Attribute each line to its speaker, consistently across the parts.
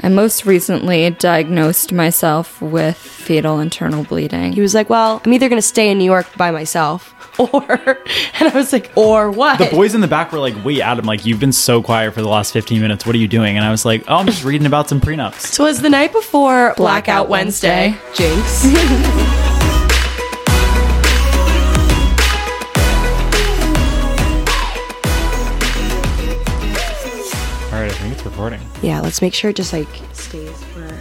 Speaker 1: I most recently diagnosed myself with fetal internal bleeding.
Speaker 2: He was like, "Well, I'm either going to stay in New York by myself, or," and I was like, "Or what?"
Speaker 3: The boys in the back were like, "Wait, Adam, like you've been so quiet for the last 15 minutes. What are you doing?" And I was like, "Oh, I'm just reading about some prenups."
Speaker 2: So it was the night before Blackout, Wednesday. Jinx.
Speaker 3: All right, I think it's recording.
Speaker 2: yeah, let's make sure it just like stays. For-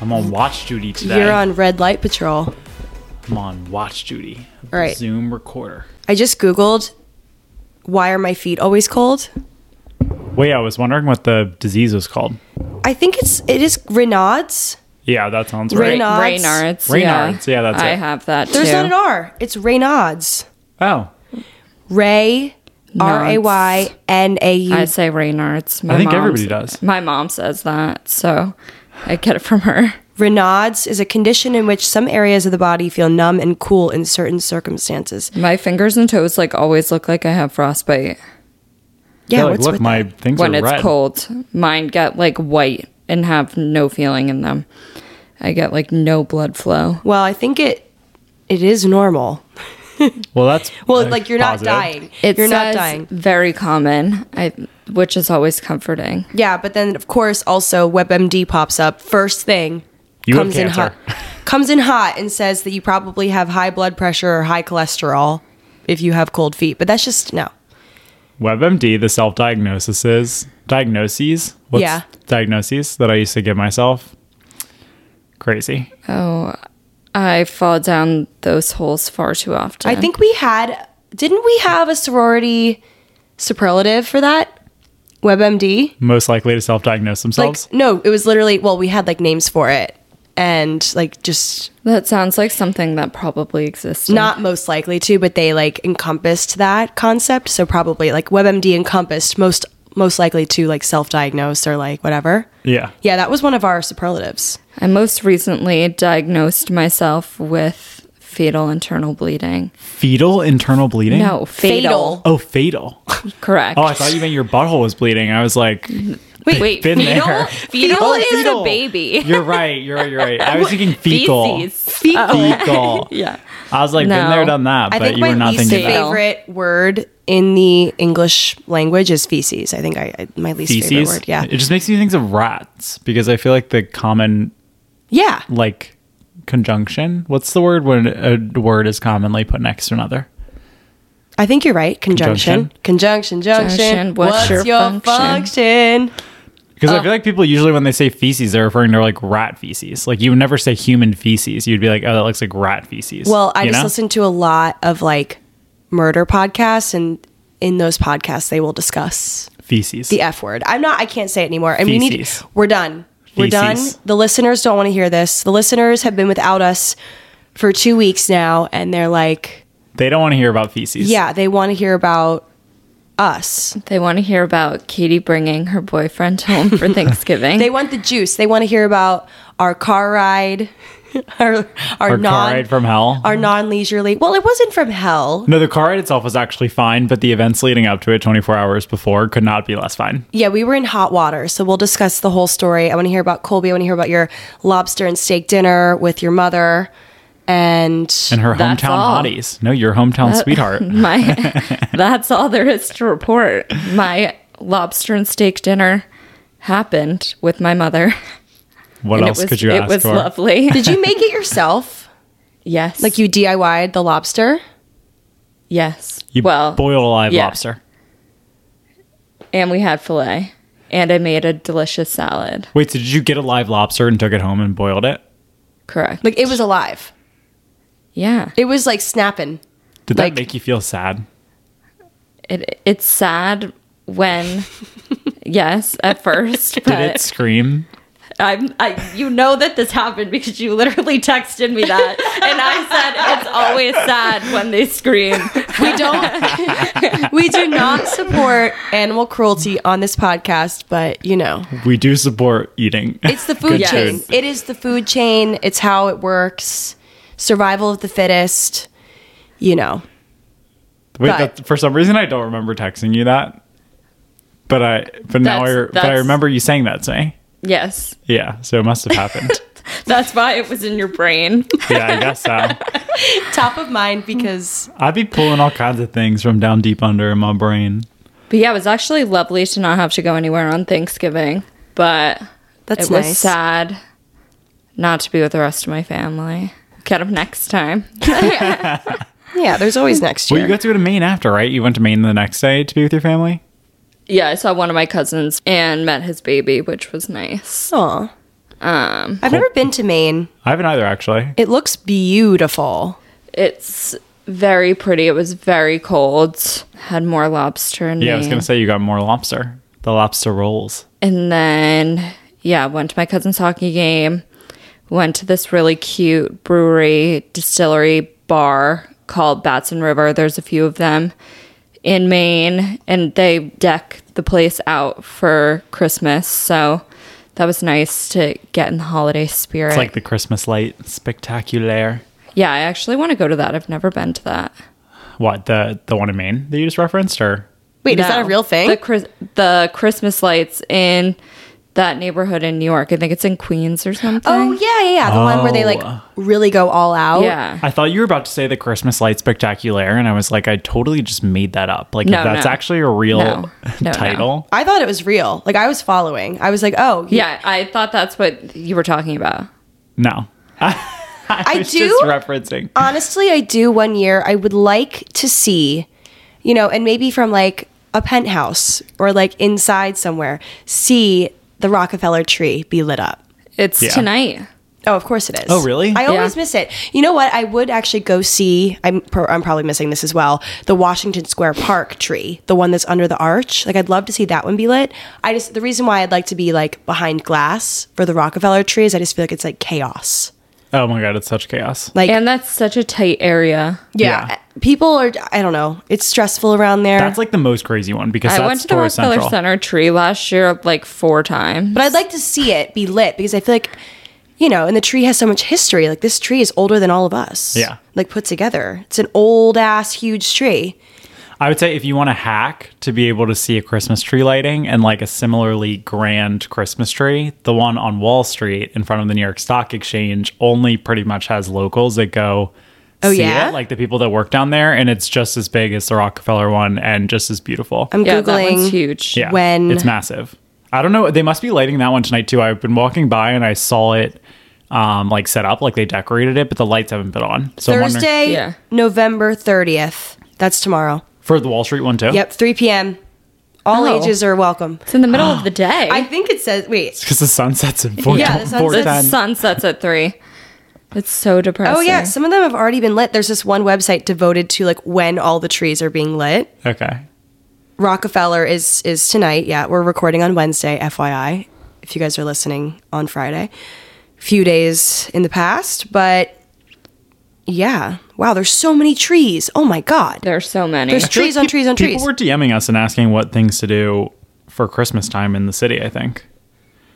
Speaker 3: I'm on watch duty today.
Speaker 2: You're on red light patrol.
Speaker 3: I'm on watch duty.
Speaker 2: All right.
Speaker 3: Zoom recorder.
Speaker 2: I just googled, "Why are my feet always cold?"
Speaker 3: Wait, I was wondering what the disease was called.
Speaker 2: I think it's it is Raynaud's.
Speaker 3: Yeah, that sounds
Speaker 2: Ray-
Speaker 3: right.
Speaker 2: Raynaud's.
Speaker 1: Raynard's.
Speaker 3: Raynard's, yeah, that's
Speaker 1: I
Speaker 3: it.
Speaker 1: have that
Speaker 2: There's
Speaker 1: too.
Speaker 2: not an R. It's Raynaud's.
Speaker 3: Oh,
Speaker 2: Ray, R A Y N A U.
Speaker 1: I say Raynard's. My
Speaker 3: I think
Speaker 1: mom
Speaker 3: everybody
Speaker 1: sa-
Speaker 3: does.
Speaker 1: My mom says that, so I get it from her.
Speaker 2: Raynaud's is a condition in which some areas of the body feel numb and cool in certain circumstances.
Speaker 1: My fingers and toes like always look like I have frostbite
Speaker 2: Yeah,
Speaker 3: like,
Speaker 2: what's
Speaker 3: look,
Speaker 2: with
Speaker 3: my
Speaker 2: that?
Speaker 3: things
Speaker 1: when
Speaker 3: are
Speaker 1: it's
Speaker 3: red.
Speaker 1: cold. Mine get like white and have no feeling in them. I get like no blood flow.
Speaker 2: Well, I think it it is normal.
Speaker 3: Well, that's
Speaker 2: Well,
Speaker 3: uh,
Speaker 2: like you're not
Speaker 3: positive.
Speaker 2: dying.
Speaker 1: It
Speaker 2: you're not
Speaker 1: says
Speaker 2: dying.
Speaker 1: Very common. I which is always comforting.
Speaker 2: Yeah, but then of course also WebMD pops up first thing.
Speaker 3: You have
Speaker 2: comes in hot.
Speaker 3: cancer.
Speaker 2: Comes in hot and says that you probably have high blood pressure or high cholesterol if you have cold feet. But that's just no.
Speaker 3: WebMD, the self diagnosis is diagnoses. What's
Speaker 2: Yeah.
Speaker 3: diagnoses that I used to give myself? Crazy.
Speaker 1: Oh, I fall down those holes far too often.
Speaker 2: I think we had didn't we have a sorority superlative for that? WebMD?
Speaker 3: Most likely to self
Speaker 2: Like
Speaker 3: diagnose themselves.
Speaker 2: no, it was literally well, we had like names for it. And like just
Speaker 1: that sounds like something that probably exists.
Speaker 2: not most likely to, but they like encompassed that concept. So probably like WebMD encompassed most most likely to like self-diagnose or like whatever.
Speaker 3: yeah.
Speaker 2: Yeah, that was one of our superlatives.
Speaker 1: I most recently diagnosed myself with fetal internal bleeding.
Speaker 3: Fetal internal bleeding?
Speaker 1: No, fatal.
Speaker 3: Oh, fatal.
Speaker 1: Correct.
Speaker 3: Oh, I thought you meant your butthole was bleeding. I was like,
Speaker 1: wait, wait,
Speaker 3: been
Speaker 1: fetal?
Speaker 3: there.
Speaker 1: Fetal
Speaker 3: Oh,
Speaker 1: is
Speaker 3: fetal.
Speaker 1: a baby.
Speaker 3: You're right. You're right. You're right. I was thinking fecal.
Speaker 1: Feces.
Speaker 3: Fecal.
Speaker 1: Yeah.
Speaker 3: I was like, been
Speaker 1: No.
Speaker 3: there, done that,
Speaker 2: I
Speaker 3: but
Speaker 2: think
Speaker 3: you
Speaker 2: my
Speaker 3: were not
Speaker 2: least
Speaker 3: thinking that.
Speaker 1: favorite-
Speaker 2: favorite word in the English language is feces. I think I, I my least favorite
Speaker 3: Feces.
Speaker 2: word. Yeah.
Speaker 3: It just makes me think of rats because I feel like the common
Speaker 2: Yeah.
Speaker 3: like conjunction. What's the word when a word is commonly put next to another?
Speaker 2: I think you're right. Conjunction. Conjunction, junction.
Speaker 1: Junction,
Speaker 2: What's, your, function?
Speaker 3: Because I feel like people usually when they say feces, they're referring to like rat feces. Like you would never say human feces. You'd be like, oh, that looks like rat feces.
Speaker 2: Well, I
Speaker 3: You
Speaker 2: just
Speaker 3: know?
Speaker 2: listen to a lot of like murder podcasts and in those podcasts they will discuss
Speaker 3: feces.
Speaker 2: the F word. I'm not I can't say it anymore. And we need
Speaker 3: Feces.
Speaker 2: we're done. We're done.
Speaker 3: Feces.
Speaker 2: The listeners don't want to hear this. The listeners have been without us for 2 weeks now and they're like,
Speaker 3: they don't want to hear about feces.
Speaker 2: yeah, they want to hear about us.
Speaker 1: They want to hear about Katie bringing her boyfriend home for Thanksgiving.
Speaker 2: They want the juice. They want to hear about our car ride, our our,
Speaker 3: Or car
Speaker 2: non
Speaker 3: ride from hell.
Speaker 2: our non leisurely. Well, it wasn't from hell.
Speaker 3: no, the car ride itself was actually fine, but the events leading up to it 24 hours before could not be less fine.
Speaker 2: Yeah, we were in hot water, so we'll discuss the whole story. I want to hear about Colby. I want to hear about your lobster and steak dinner with your mother, and
Speaker 3: And her
Speaker 1: That's
Speaker 3: hometown
Speaker 1: all.
Speaker 3: hotties. No, your hometown sweetheart.
Speaker 1: my that's all there is to report. My lobster and steak dinner happened with my mother.
Speaker 3: What
Speaker 1: and
Speaker 3: else
Speaker 1: it was
Speaker 3: could you
Speaker 1: it
Speaker 3: ask
Speaker 1: was
Speaker 3: for?
Speaker 1: lovely.
Speaker 2: did you make it yourself?
Speaker 1: yes.
Speaker 2: Like you DIY'd the lobster?
Speaker 1: Yes.
Speaker 3: You
Speaker 1: well
Speaker 3: boiled a live
Speaker 1: yeah.
Speaker 3: lobster.
Speaker 1: and we had filet. And I made a delicious salad.
Speaker 3: Wait, so did you get a live lobster and took it home and boiled it?
Speaker 1: Correct.
Speaker 2: Like it was alive.
Speaker 1: yeah.
Speaker 2: It was like snapping.
Speaker 3: Did
Speaker 1: Like-
Speaker 3: that make you feel sad?
Speaker 1: It it's sad when yes, at first,
Speaker 3: Did it
Speaker 1: but
Speaker 3: scream?
Speaker 1: I'm I you know that this happened because you literally texted me that. And I said it's always sad when they scream.
Speaker 2: We don't. we do not support animal cruelty on this podcast, but you know,
Speaker 3: We do support eating.
Speaker 2: it's the food
Speaker 3: Good
Speaker 2: chain.
Speaker 3: food.
Speaker 2: It is the food chain. It's how it works. Survival of the fittest. You know.
Speaker 3: Wait,
Speaker 2: But-
Speaker 3: that, for some reason I don't remember texting you that. But I but now I
Speaker 1: That's-
Speaker 3: but I
Speaker 1: that's-
Speaker 3: remember you saying that to me.
Speaker 1: Yes.
Speaker 3: Yeah, so it must have happened.
Speaker 1: That's why it was in your brain.
Speaker 3: yeah, I guess so.
Speaker 2: Top of mind because
Speaker 3: I'd be pulling all kinds of things from down deep under in my brain.
Speaker 1: But yeah, it was actually lovely to not have to go anywhere on Thanksgiving. But
Speaker 2: That's
Speaker 1: it was
Speaker 2: nice.
Speaker 1: sad not to be with the rest of my family. Get up next time.
Speaker 2: yeah, there's always next
Speaker 3: Well,
Speaker 2: year.
Speaker 3: you got to go to Maine after, right? You went to Maine the next day to be with your family?
Speaker 1: yeah, I saw one of my cousins and met his baby, which was nice.
Speaker 2: Aw.
Speaker 1: Um,
Speaker 2: I've never been to Maine.
Speaker 3: I haven't either, actually.
Speaker 2: It looks beautiful.
Speaker 1: it's very pretty. It was very cold. Had more lobster in
Speaker 3: Yeah, I was
Speaker 1: Maine.
Speaker 3: going to say you got more lobster. The lobster rolls.
Speaker 1: And then, yeah, went to my cousin's hockey game, went to this really cute brewery, distillery, bar called Batson River. There's a few of them in Maine, and they deck the place out for Christmas. So that was nice to get in the holiday spirit.
Speaker 3: It's like the Christmas light spectacular.
Speaker 1: yeah, I actually want to go to that. I've never been to that.
Speaker 3: What, the the one in Maine that you just referenced? Or
Speaker 2: Wait, is that a
Speaker 1: No.
Speaker 2: real thing?
Speaker 1: The, Chris- the Christmas lights in that neighborhood in New York. I think it's in Queens or something.
Speaker 2: oh yeah, yeah, yeah. The one where they like
Speaker 3: Oh.
Speaker 2: really go all out.
Speaker 1: Yeah.
Speaker 3: I thought you were about to say the Christmas light spectacular, and I was like, I totally just made that up. Like,
Speaker 1: No,
Speaker 3: that's
Speaker 1: no.
Speaker 3: actually a real
Speaker 1: No. No,
Speaker 3: title.
Speaker 2: I thought it was real. Like I was following. I was like, oh yeah.
Speaker 1: Yeah, I thought that's what you were talking about.
Speaker 3: No.
Speaker 2: I,
Speaker 3: It's
Speaker 2: do.
Speaker 3: just referencing.
Speaker 1: Uh,
Speaker 2: honestly, I do. One year, I would like to see, you know, and maybe from like a penthouse or like inside somewhere, see the Rockefeller tree be lit up.
Speaker 1: It's
Speaker 3: Yeah.
Speaker 1: tonight.
Speaker 2: Oh, of course it is.
Speaker 3: Oh, really?
Speaker 2: I always
Speaker 1: Yeah.
Speaker 2: miss it. You know what? I would actually go see. I'm pro- I'm probably missing this as well. The Washington Square Park tree, the one that's under the arch. Like I'd love to see that one be lit. I just the reason why I'd like to be like behind glass for the Rockefeller tree is I just feel like it's like chaos.
Speaker 3: Oh my God, it's such chaos.
Speaker 2: Like
Speaker 1: And that's such a tight area.
Speaker 2: yeah,
Speaker 3: Yeah.
Speaker 2: people are. I don't know. It's stressful around there.
Speaker 3: That's like the most crazy one because
Speaker 1: I
Speaker 3: that's
Speaker 1: went to the
Speaker 3: Torres
Speaker 1: Rockefeller
Speaker 3: Central.
Speaker 1: Center tree last year like four times.
Speaker 2: But I'd like to see it be lit because I feel like, you know, and the tree has so much history. Like this tree is older than all of us.
Speaker 3: Yeah.
Speaker 2: Like put together. It's an old ass huge tree.
Speaker 3: I would say if you want a hack to be able to see a Christmas tree lighting and like a similarly grand Christmas tree, the one on Wall Street in front of the New York Stock Exchange only pretty much has locals that go
Speaker 2: Oh,
Speaker 3: see
Speaker 2: yeah?
Speaker 3: it, like the people that work down there, and it's just as big as the Rockefeller one and just as beautiful.
Speaker 2: I'm
Speaker 1: yeah, that one's
Speaker 2: Googling.
Speaker 1: huge.
Speaker 3: yeah,
Speaker 2: Um, when-
Speaker 3: it's massive. I don't know. They must be lighting that one tonight too. I've been walking by and I saw it um like set up, like they decorated it, but the lights haven't been on. So I'm wondering
Speaker 2: Thursday,
Speaker 1: Yeah.
Speaker 2: November 30th. That's tomorrow.
Speaker 3: for the Wall Street one too.
Speaker 2: Yep, 3 p.m. All
Speaker 1: Oh.
Speaker 2: ages are welcome.
Speaker 1: It's in the middle of the day.
Speaker 2: I think it says, wait.
Speaker 3: because the sun sets at four.
Speaker 2: Yeah, the sun
Speaker 3: four
Speaker 2: sets-
Speaker 1: the
Speaker 3: ten.
Speaker 1: sun sets at three. It's so depressing.
Speaker 2: Oh, yeah, some of them have already been lit. There's this one website devoted to like when all the trees are being lit.
Speaker 3: Okay.
Speaker 2: Rockefeller is is tonight. Yeah, we're recording on Wednesday, FYI. If you guys are listening on Friday, few days in the past, but yeah, wow, there's so many trees. Oh my god,
Speaker 1: There's so many.
Speaker 2: there's trees on trees on trees.
Speaker 3: People were DMing us and asking what things to do for Christmas time in the city. I think.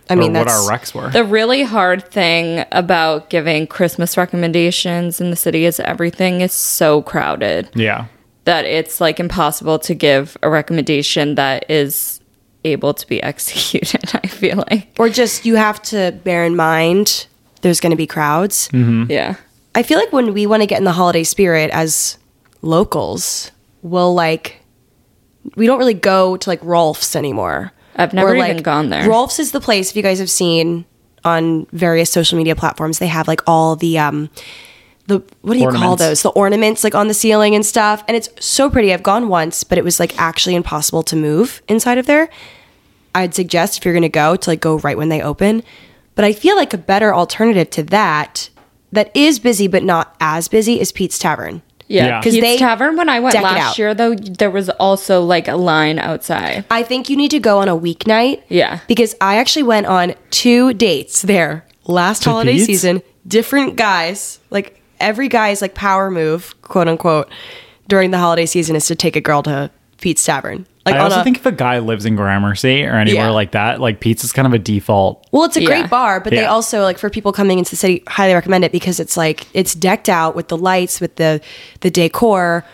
Speaker 2: I mean,
Speaker 3: or what
Speaker 2: that's
Speaker 3: our recs were.
Speaker 1: the really hard thing about giving Christmas recommendations in the city is everything is so crowded.
Speaker 3: yeah.
Speaker 1: that it's like impossible to give a recommendation that is able to be executed. I feel like,
Speaker 2: or just you have to bear in mind there's going to be crowds.
Speaker 3: Hmm. Mm-hmm.
Speaker 1: yeah,
Speaker 2: I feel like when we want to get in the holiday spirit as locals, we'll like we don't really go to like Rolf's anymore.
Speaker 1: I've never even gone there.
Speaker 2: Rolf's is the place if you guys have seen on various social media platforms, they have like all the um the what do you call
Speaker 3: Ornaments.
Speaker 2: those? The ornaments like on the ceiling and stuff. And it's so pretty. I've gone once, but it was like actually impossible to move inside of there. I'd suggest if you're going to go to like go right when they open. But I feel like a better alternative to that that is busy but not as busy is Pete's Tavern.
Speaker 1: yeah.
Speaker 3: Yeah.
Speaker 1: Because
Speaker 3: 'Cause
Speaker 2: they
Speaker 1: Tavern when I went
Speaker 2: deck it
Speaker 1: last
Speaker 2: out.
Speaker 1: year, though, there was also like a line outside.
Speaker 2: I think you need to go on a weeknight.
Speaker 1: Yeah.
Speaker 2: Because I actually went on two dates there last holiday
Speaker 3: Pete's?
Speaker 2: season. Different guys, like every guy's like power move, quote unquote, during the holiday season is to take a girl to Pete's Tavern. Like
Speaker 3: I
Speaker 2: on
Speaker 3: also
Speaker 2: a
Speaker 3: think if a guy lives in Gramercy or anywhere
Speaker 2: Yeah.
Speaker 3: like that, like pizza's kind of a default.
Speaker 2: Well, it's a
Speaker 1: Yeah.
Speaker 2: great bar, but they
Speaker 3: Yeah.
Speaker 2: also like for people coming into the city, highly recommend it because it's like it's decked out with the lights, with the the decor,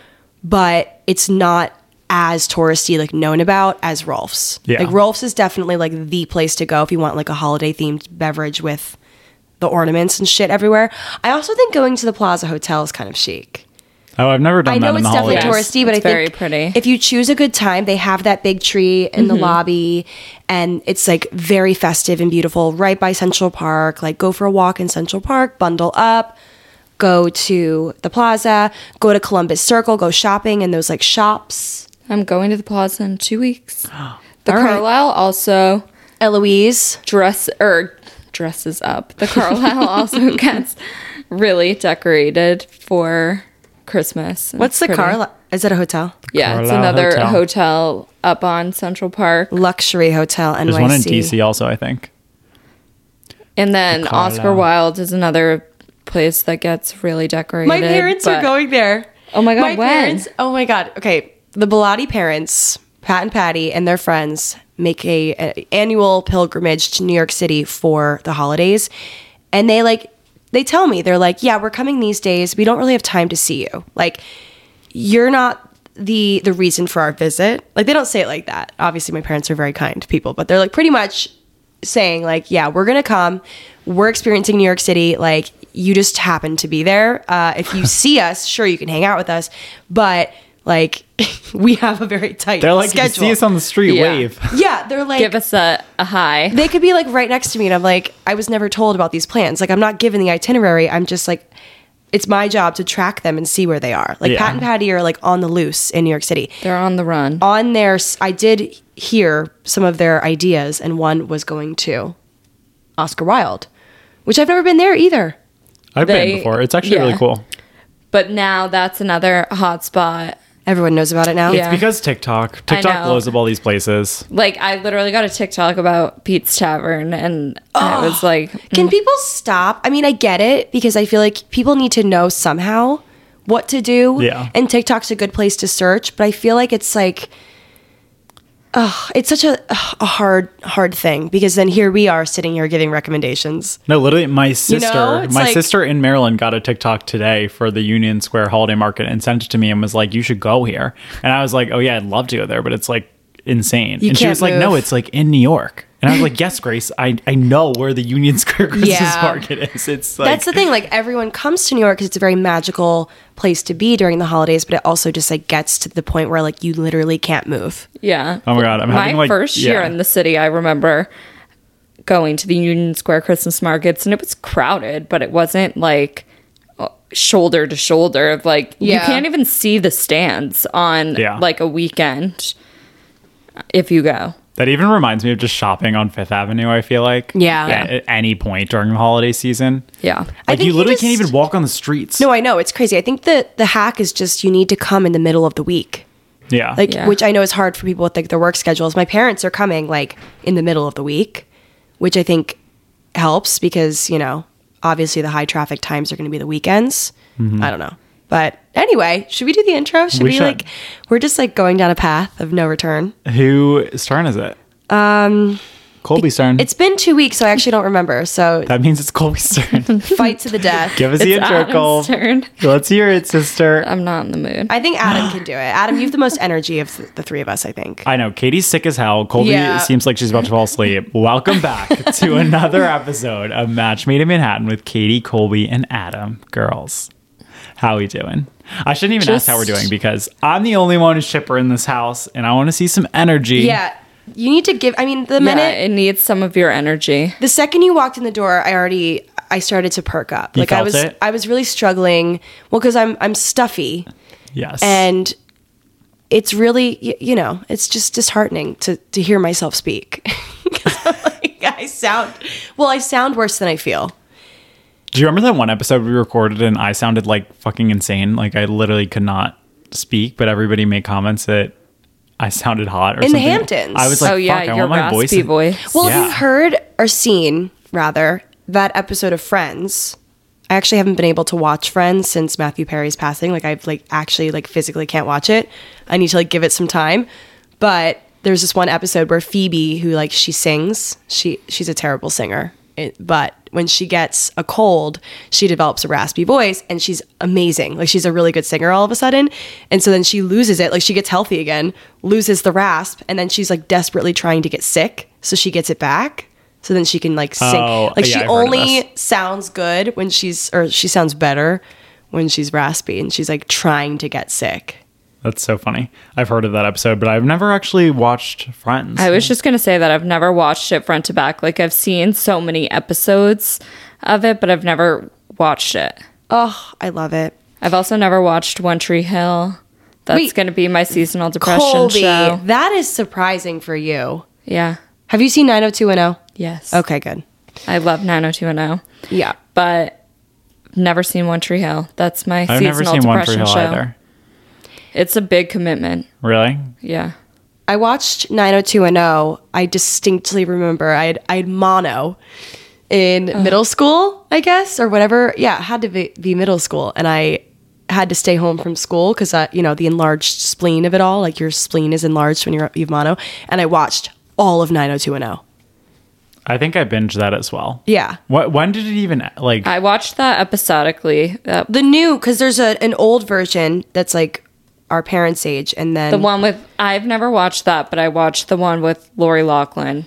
Speaker 2: but it's not as touristy, like known about as Rolf's.
Speaker 3: Yeah.
Speaker 2: Like Rolf's is definitely like the place to go if you want like a holiday themed beverage with the ornaments and shit everywhere. I also think going to the Plaza Hotel is kind of chic.
Speaker 3: Oh, I've never done
Speaker 2: I
Speaker 3: that
Speaker 2: know
Speaker 3: in
Speaker 2: it's
Speaker 3: the
Speaker 2: definitely
Speaker 3: holidays.
Speaker 1: tourist-
Speaker 2: touristy, but
Speaker 1: It's
Speaker 2: I think
Speaker 1: very pretty. Mm-hmm.
Speaker 2: if you choose a good time, they have that big tree in the lobby and it's like very festive and beautiful right by Central Park. Like go for a walk in Central Park, bundle up, go to the plaza, go to Columbus Circle, go shopping in those like shops.
Speaker 1: I'm going to the plaza in two weeks. The
Speaker 2: All right.
Speaker 1: Carlisle also
Speaker 2: Eloise.
Speaker 1: dress or dresses up. The Carlisle also gets really decorated for Christmas. and
Speaker 2: What's
Speaker 1: it's
Speaker 2: the
Speaker 1: pretty.
Speaker 2: Carlisle? Is it a hotel?
Speaker 1: Yeah, it's
Speaker 3: Carlisle
Speaker 1: another
Speaker 3: Hotel.
Speaker 1: hotel. up on Central Park.
Speaker 2: Luxury hotel NYC.
Speaker 3: There's one in DC also, I think.
Speaker 1: And then
Speaker 3: The Carlisle.
Speaker 1: Oscar Wilde is another place that gets really decorated.
Speaker 2: My parents are
Speaker 1: but-
Speaker 2: going there.
Speaker 1: Oh my God,
Speaker 2: My
Speaker 1: when?
Speaker 2: parents. Oh my god. Okay, the Bilotti parents, Pat and Patty, and their friends make a, a annual pilgrimage to New York City for the holidays, and they like they tell me they're like, yeah, we're coming these days. We don't really have time to see you. Like, you're not the the reason for our visit. Like they don't say it like that. Obviously my parents are very kind people, but they're like pretty much saying like, yeah, we're going to come. We're experiencing New York City like you just happen to be there. Uh, if you see us, sure you can hang out with us, but like we have a very tight
Speaker 3: They're like,
Speaker 2: schedule.
Speaker 3: you see us on the street,
Speaker 1: Yeah.
Speaker 3: wave.
Speaker 2: yeah, they're like
Speaker 1: Give us a, a high.
Speaker 2: they could be like right next to me and i'm like i was never told about these plans like i'm not given the itinerary i'm just like it's my job to track them and see where they are like
Speaker 3: Yeah.
Speaker 2: pat and patty are like on the loose in new york city
Speaker 1: They're on the run.
Speaker 2: on their s- i did hear some of their ideas and one was going to oscar wilde which i've never been there either
Speaker 3: I've
Speaker 1: They-
Speaker 3: been before. It's actually
Speaker 1: yeah.
Speaker 3: really cool.
Speaker 1: But now that's another hot spot.
Speaker 2: everyone knows about it now
Speaker 1: Yeah.
Speaker 3: Because TikTok, TikTok
Speaker 1: know.
Speaker 3: blows up all these places.
Speaker 1: Like I literally got a TikTok about Pete's Tavern and I was like
Speaker 2: Can people stop? I mean, I get it because I feel like people need to know somehow what to do.
Speaker 3: Yeah.
Speaker 2: And TikTok's a good place to search, but I feel like it's like, ugh, it's such a, ugh, a hard, hard thing because then here we are sitting here giving recommendations.
Speaker 3: No, literally, my sister,
Speaker 2: it's
Speaker 3: my
Speaker 2: like-
Speaker 3: sister in Maryland got a TikTok today for the Union Square Holiday Market and sent it to me and was like, "You should go here." And I was like, "Oh yeah, I'd love to go there, but it's like insane." and she
Speaker 2: can't
Speaker 3: was like, "No,
Speaker 2: move."
Speaker 3: it's like in New York." And I was like, "Yes, Grace, I I know where the Union Square Christmas
Speaker 2: Yeah.
Speaker 3: Market is. It's like
Speaker 2: That's the thing. Like everyone comes to New York because it's a very magical place to be during the holidays, but it also just like gets to the point where like you literally can't move.
Speaker 1: Yeah.
Speaker 3: Oh my God, I'm
Speaker 1: my
Speaker 3: having, like-
Speaker 1: first year
Speaker 3: yeah.
Speaker 1: in the city. I remember going to the Union Square Christmas markets, and it was crowded, but it wasn't like uh, shoulder to shoulder. Of like you
Speaker 2: Yeah.
Speaker 1: can't even see the stands on
Speaker 3: Yeah.
Speaker 1: like a weekend if you go.
Speaker 3: That even reminds me of just shopping on Fifth Avenue. I feel like
Speaker 2: Yeah.
Speaker 3: at, at any point during the holiday season,
Speaker 1: Yeah.
Speaker 2: I
Speaker 3: like
Speaker 2: think
Speaker 3: you
Speaker 2: you
Speaker 3: literally
Speaker 2: just-
Speaker 3: can't even walk on the streets.
Speaker 2: No, I know it's crazy. I think the the hack is just you need to come in the middle of the week.
Speaker 3: yeah,
Speaker 2: like
Speaker 1: Yeah.
Speaker 2: which I know is hard for people with like their work schedules. My parents are coming like in the middle of the week, which I think helps because you know obviously the high traffic times are going to be the weekends. I don't know, but anyway, should we do the intro? Should
Speaker 3: Mm-hmm. We
Speaker 2: we,
Speaker 3: should.
Speaker 2: like we're just like going down a path of no return?
Speaker 3: whose turn is it? Um, Colby's turn.
Speaker 2: It's been two weeks, so I actually don't remember. So
Speaker 3: that means it's Colby's turn.
Speaker 2: fight to the death.
Speaker 3: Give us the
Speaker 1: It's
Speaker 3: intro,
Speaker 1: Adam's
Speaker 3: Cole.
Speaker 1: turn.
Speaker 3: Let's hear it, sister.
Speaker 1: I'm not in the mood.
Speaker 2: I think Adam can do it. Adam, you have the most energy of th- the three of us. I think.
Speaker 3: I know Katie's sick as hell. Colby
Speaker 2: Yeah.
Speaker 3: seems like she's about to fall asleep. Welcome back to another episode of Match Made in Manhattan with Katie, Colby, and Adam. Girls, how we doing? I shouldn't even ask how we're
Speaker 1: Just-
Speaker 3: doing because I'm the only one who's shipper in this house, and I want to see some energy.
Speaker 2: yeah, you need to give. I mean, the minute
Speaker 1: yeah, it needs some of your energy.
Speaker 2: the second you walked in the door, I already I started to perk up.
Speaker 3: You
Speaker 2: like I
Speaker 3: felt
Speaker 2: was
Speaker 3: it?
Speaker 2: I was really struggling. Well, because I'm I'm stuffy
Speaker 3: Yes.
Speaker 2: and it's really y- you know it's just disheartening to to hear myself speak. 'Cause I'm like, I sound well. I sound worse than I feel.
Speaker 3: Do you remember that one episode we recorded and I sounded like fucking insane? Like I literally could not speak, but everybody made comments that I sounded hot or
Speaker 2: In the
Speaker 3: something.
Speaker 2: Hamptons.
Speaker 3: I was like,
Speaker 1: oh yeah,
Speaker 3: fuck, I
Speaker 1: your
Speaker 3: want my voice.
Speaker 1: raspy voice.
Speaker 2: Well, have
Speaker 3: Yeah.
Speaker 2: you heard or seen rather that episode of Friends? I actually haven't been able to watch Friends since Matthew Perry's passing. Like I've like actually like physically can't watch it. I need to like give it some time. But there's this one episode where Phoebe, who like she sings, she she's a terrible singer, it, but when she gets a cold, she develops a raspy voice and she's amazing. Like she's a really good singer all of a sudden. And so then she loses it. Like she gets healthy again, loses the rasp, and then she's like desperately trying to get sick. So she gets it back. So then she can like sing.
Speaker 3: Oh,
Speaker 2: like
Speaker 3: yeah,
Speaker 2: she
Speaker 3: I've heard of
Speaker 2: only
Speaker 3: this.
Speaker 2: sounds good when she's, or she sounds better when she's raspy and she's like trying to get sick.
Speaker 3: That's so funny. I've heard of that episode, but I've never actually watched Friends.
Speaker 1: I was just going to say that I've never watched it front to back. Like, I've seen so many episodes of it, but I've never watched it.
Speaker 2: Oh, I love it.
Speaker 1: I've also never watched One Tree Hill. That's
Speaker 2: Wait.
Speaker 1: going to be my seasonal depression
Speaker 2: Colby,
Speaker 1: show.
Speaker 2: that is surprising for you.
Speaker 1: Yeah.
Speaker 2: Have you seen 90210?
Speaker 1: Yes.
Speaker 2: Okay, good.
Speaker 1: I love 90210,
Speaker 2: Yeah.
Speaker 1: but never seen One Tree Hill. That's my
Speaker 3: I've
Speaker 1: seasonal
Speaker 3: never seen One Tree
Speaker 1: depression
Speaker 3: Hill
Speaker 1: show.
Speaker 3: either.
Speaker 1: It's a big commitment.
Speaker 3: Really?
Speaker 1: Yeah.
Speaker 2: I watched 90210. I distinctly remember I had, I had mono in middle school, I guess, or whatever. Yeah, it had to be, be middle school. And I had to stay home from school because, you know, the enlarged spleen of it all, like your spleen is enlarged when you're, you have mono. And I watched all of 90210.
Speaker 3: I think I binged that as well.
Speaker 2: Yeah.
Speaker 3: What? When did it even like?
Speaker 1: I watched that episodically. Uh,
Speaker 2: The new, because there's a, an old version that's like our parents' age. And then
Speaker 1: the one with, I've never watched that, but I watched the one with Lori Laughlin.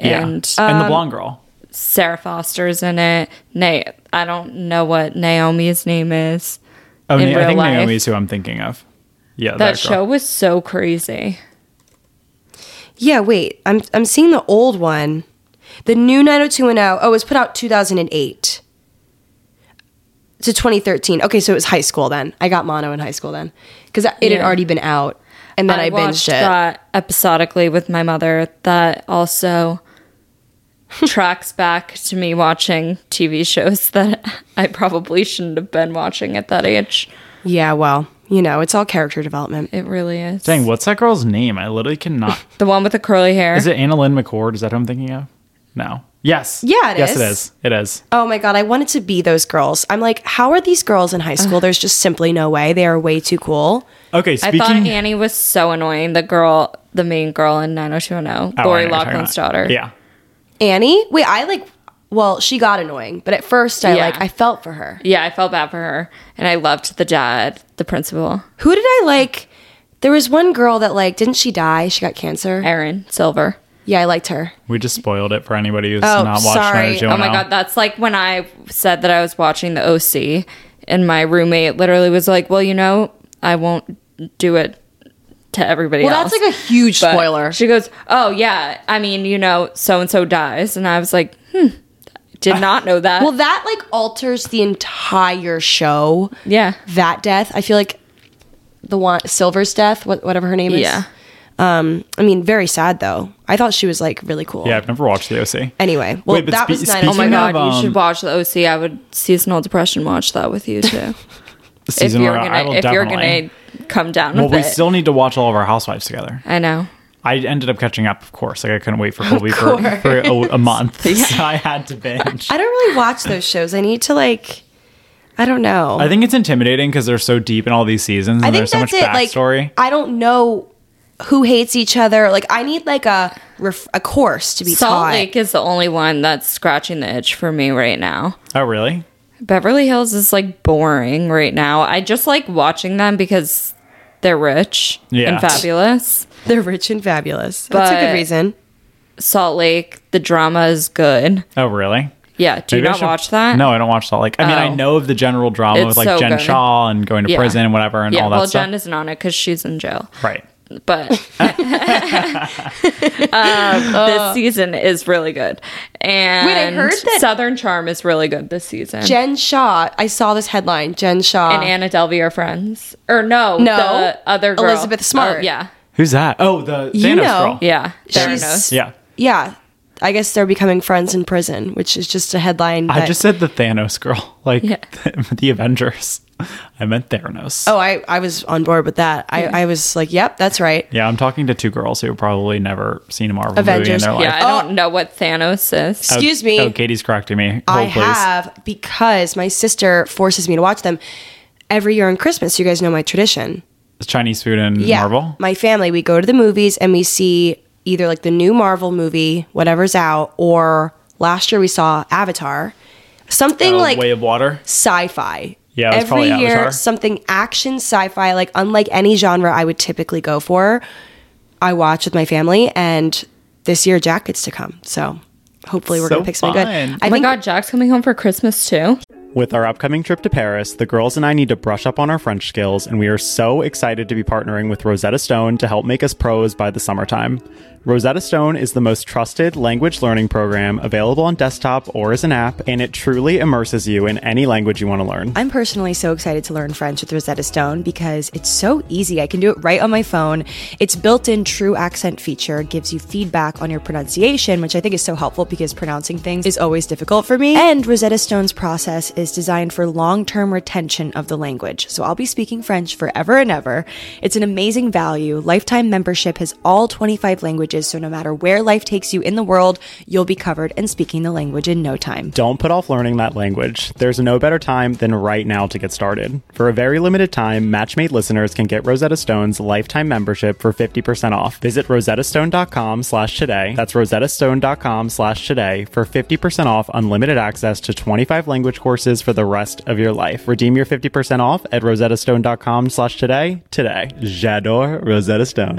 Speaker 3: yeah.
Speaker 1: And um,
Speaker 3: and the blonde girl.
Speaker 1: Sarah Foster's in it. Na- I don't know what Naomi's name is.
Speaker 3: Oh,
Speaker 1: in
Speaker 3: Na- I
Speaker 1: real
Speaker 3: think
Speaker 1: life.
Speaker 3: Naomi is who I'm thinking of. Yeah, that,
Speaker 1: That
Speaker 3: girl.
Speaker 1: show was so crazy.
Speaker 2: Yeah, wait. I'm I'm seeing the old one. The new 90210. Oh, it was put out 2008 to 2013. Okay, so it was high school then. I got mono in high school then because it had
Speaker 1: Yeah.
Speaker 2: already been out, and then I, binged
Speaker 1: watched
Speaker 2: it.
Speaker 1: that episodically with my mother. That also tracks back to me watching TV shows that I probably shouldn't have been watching at that age.
Speaker 2: Yeah, well, you know, it's all character development.
Speaker 1: It really is.
Speaker 3: Dang, what's that girl's name? I literally cannot.
Speaker 1: The one with the curly hair.
Speaker 3: is it Anna Lynn McCord? Is that who I'm thinking of? No. Yes.
Speaker 2: Yeah, it
Speaker 3: yes,
Speaker 2: is.
Speaker 3: it is. It is.
Speaker 2: Oh my god, I wanted to be those girls. I'm like, how are these girls in high school? There's just simply no way. They are way too cool.
Speaker 3: Okay,
Speaker 1: I
Speaker 3: speaking.
Speaker 1: thought Annie was so annoying. The girl, the main girl in 90210,
Speaker 3: Oh, I know
Speaker 1: Lori
Speaker 3: what you're talking
Speaker 1: Loughlin's
Speaker 3: about.
Speaker 1: daughter.
Speaker 3: Yeah.
Speaker 2: Annie, wait, I like. Well, she got annoying, but at first I
Speaker 1: Yeah.
Speaker 2: like I felt for her.
Speaker 1: Yeah, I felt bad for her. And I loved the dad, the principal,
Speaker 2: Who did I like? There was one girl that like didn't she die? She got cancer.
Speaker 1: Aaron Silver.
Speaker 2: Yeah, I liked her.
Speaker 3: We just spoiled it for anybody who's
Speaker 2: Oh,
Speaker 3: not
Speaker 2: sorry.
Speaker 3: watching it.
Speaker 2: Oh
Speaker 1: Oh my god, that's like when I said that I was watching the OC and my roommate literally was like, "Well, you know, I won't do it to everybody
Speaker 2: Well,
Speaker 1: else."
Speaker 2: that's like a huge
Speaker 1: But
Speaker 2: spoiler.
Speaker 1: She goes, "Oh yeah, I mean, you know, so and so dies." And I was like, "Hmm, did not know that."
Speaker 2: well, that like alters the entire show.
Speaker 1: yeah.
Speaker 2: That death, I feel like the one Silver's death, what, whatever her name is.
Speaker 1: Yeah.
Speaker 2: Um, I mean, very sad though. I thought she was like really cool.
Speaker 3: Yeah, I've never watched the OC.
Speaker 2: Anyway, well,
Speaker 3: Wait, but
Speaker 2: that
Speaker 3: spe-
Speaker 2: was nine.
Speaker 3: speaking
Speaker 1: Oh my
Speaker 3: Speaking
Speaker 1: god,
Speaker 3: of,
Speaker 1: you
Speaker 3: um,
Speaker 1: should watch the OC. I would seasonal depression watch that with you too. if
Speaker 3: Season
Speaker 1: you're
Speaker 3: one,
Speaker 1: gonna,
Speaker 3: I will
Speaker 1: if you're
Speaker 3: definitely-
Speaker 1: gonna come down
Speaker 3: Well,
Speaker 1: with
Speaker 3: we
Speaker 1: it,
Speaker 3: still need to watch all of our housewives together.
Speaker 1: I know.
Speaker 3: I ended up catching up, of course. Like I couldn't wait for Colby for,
Speaker 2: course.
Speaker 3: for a, a month, so I had to binge.
Speaker 2: I don't really watch those shows. I need to like. I don't know.
Speaker 3: I think it's intimidating because they're so deep in all these seasons, and
Speaker 2: I think
Speaker 3: there's so much
Speaker 2: that's it. Like,
Speaker 3: backstory.
Speaker 2: I don't know who hates each other. Like, I need like a ref- a course to be
Speaker 1: Salt
Speaker 2: taught.
Speaker 1: Lake is the only one that's scratching the itch for me right now.
Speaker 3: oh, really?
Speaker 1: Beverly Hills is like boring right now. I just like watching them because they're rich
Speaker 3: Yeah.
Speaker 1: and fabulous.
Speaker 2: They're rich and fabulous. That's a
Speaker 1: But-
Speaker 2: good reason.
Speaker 1: Salt Lake, the drama is good.
Speaker 3: Oh, really?
Speaker 1: Yeah, do you
Speaker 3: Maybe I
Speaker 1: not
Speaker 3: should-
Speaker 1: watch that?
Speaker 3: No, I don't watch Salt Lake. I mean, I
Speaker 1: Oh.
Speaker 3: know of the general drama with
Speaker 1: It's
Speaker 3: like
Speaker 1: so
Speaker 3: Jen
Speaker 1: good.
Speaker 3: Shaw and going to
Speaker 1: Yeah.
Speaker 3: prison and whatever and
Speaker 1: Yeah,
Speaker 3: all that
Speaker 1: well,
Speaker 3: stuff.
Speaker 1: Jen isn't on it because she's in jail.
Speaker 3: right.
Speaker 1: But um, this season is really good. And
Speaker 2: heard that-
Speaker 1: Southern Charm is really good this season.
Speaker 2: Jen Shaw. I saw this headline. Jen Shaw.
Speaker 1: and Anna Delvey are friends. Or no,
Speaker 2: No.
Speaker 1: the other girl.
Speaker 2: Elizabeth Smart.
Speaker 1: Oh, yeah.
Speaker 3: Who's that? Oh, the Thanos
Speaker 2: You know.
Speaker 3: girl.
Speaker 1: Yeah.
Speaker 2: She's-
Speaker 1: Theranos.
Speaker 3: Yeah.
Speaker 2: yeah. I guess they're becoming friends in prison, which is just a headline.
Speaker 3: I
Speaker 2: that-
Speaker 3: just said the Thanos girl, like
Speaker 1: Yeah.
Speaker 3: the, the Avengers. I meant Theranos.
Speaker 2: Oh, I, I was on board with that. I, I was like, yep, that's right.
Speaker 3: Yeah, I'm talking to two girls who have probably never seen a Marvel movie in
Speaker 2: Avengers.
Speaker 3: their life.
Speaker 1: Yeah, I
Speaker 2: Oh.
Speaker 1: don't know what Thanos is.
Speaker 3: Oh,
Speaker 2: Excuse me.
Speaker 3: Oh, Katie's correcting me. Hold,
Speaker 2: I
Speaker 3: please.
Speaker 2: have because my sister forces me to watch them every year on Christmas. You guys know my tradition.
Speaker 3: It's Chinese food and Marvel.
Speaker 2: My family, we go to the movies and we see either like the new Marvel movie, whatever's out, or Last year we saw Avatar. Something
Speaker 3: Oh,
Speaker 2: like
Speaker 3: Way of Water.
Speaker 2: sci-fi.
Speaker 3: Yeah, it was
Speaker 2: every
Speaker 3: probably
Speaker 2: year
Speaker 3: Avatar.
Speaker 2: something action sci-fi, like unlike any genre I would typically go for. I watch with my family, and this year Jack gets to come, so hopefully we're
Speaker 3: So
Speaker 2: gonna pick something
Speaker 3: fun.
Speaker 2: good. I
Speaker 1: oh my god, Jack's coming home for Christmas too.
Speaker 3: With our upcoming trip to Paris, the girls and I need to brush up on our French skills, and we are so excited to be partnering with Rosetta Stone to help make us pros by the summertime. Rosetta Stone is the most trusted language learning program available on desktop or as an app, and it truly immerses you in any language you want to learn.
Speaker 2: I'm personally so excited to learn French with Rosetta Stone because it's so easy. I can do it right on my phone. Its built in true accent feature gives you feedback on your pronunciation, which I think is so helpful because pronouncing things is always difficult for me. And Rosetta Stone's process is designed for long term retention of the language. So I'll be speaking French forever and ever. It's an amazing value. Lifetime membership has all 25 languages, so no matter where life takes you in the world, you'll be covered and speaking the language in no time.
Speaker 3: Don't put off learning that language. There's no better time than right now to get started. For a very limited time, Matchmate listeners can get Rosetta Stone's lifetime membership for 50% off. Visit rosettastone.com slash today. That's rosettastone.com slash today for 50% off unlimited access to 25 language courses for the rest of your life. Redeem your 50% off at rosettastone.com slash today today. J'adore Rosetta Stone.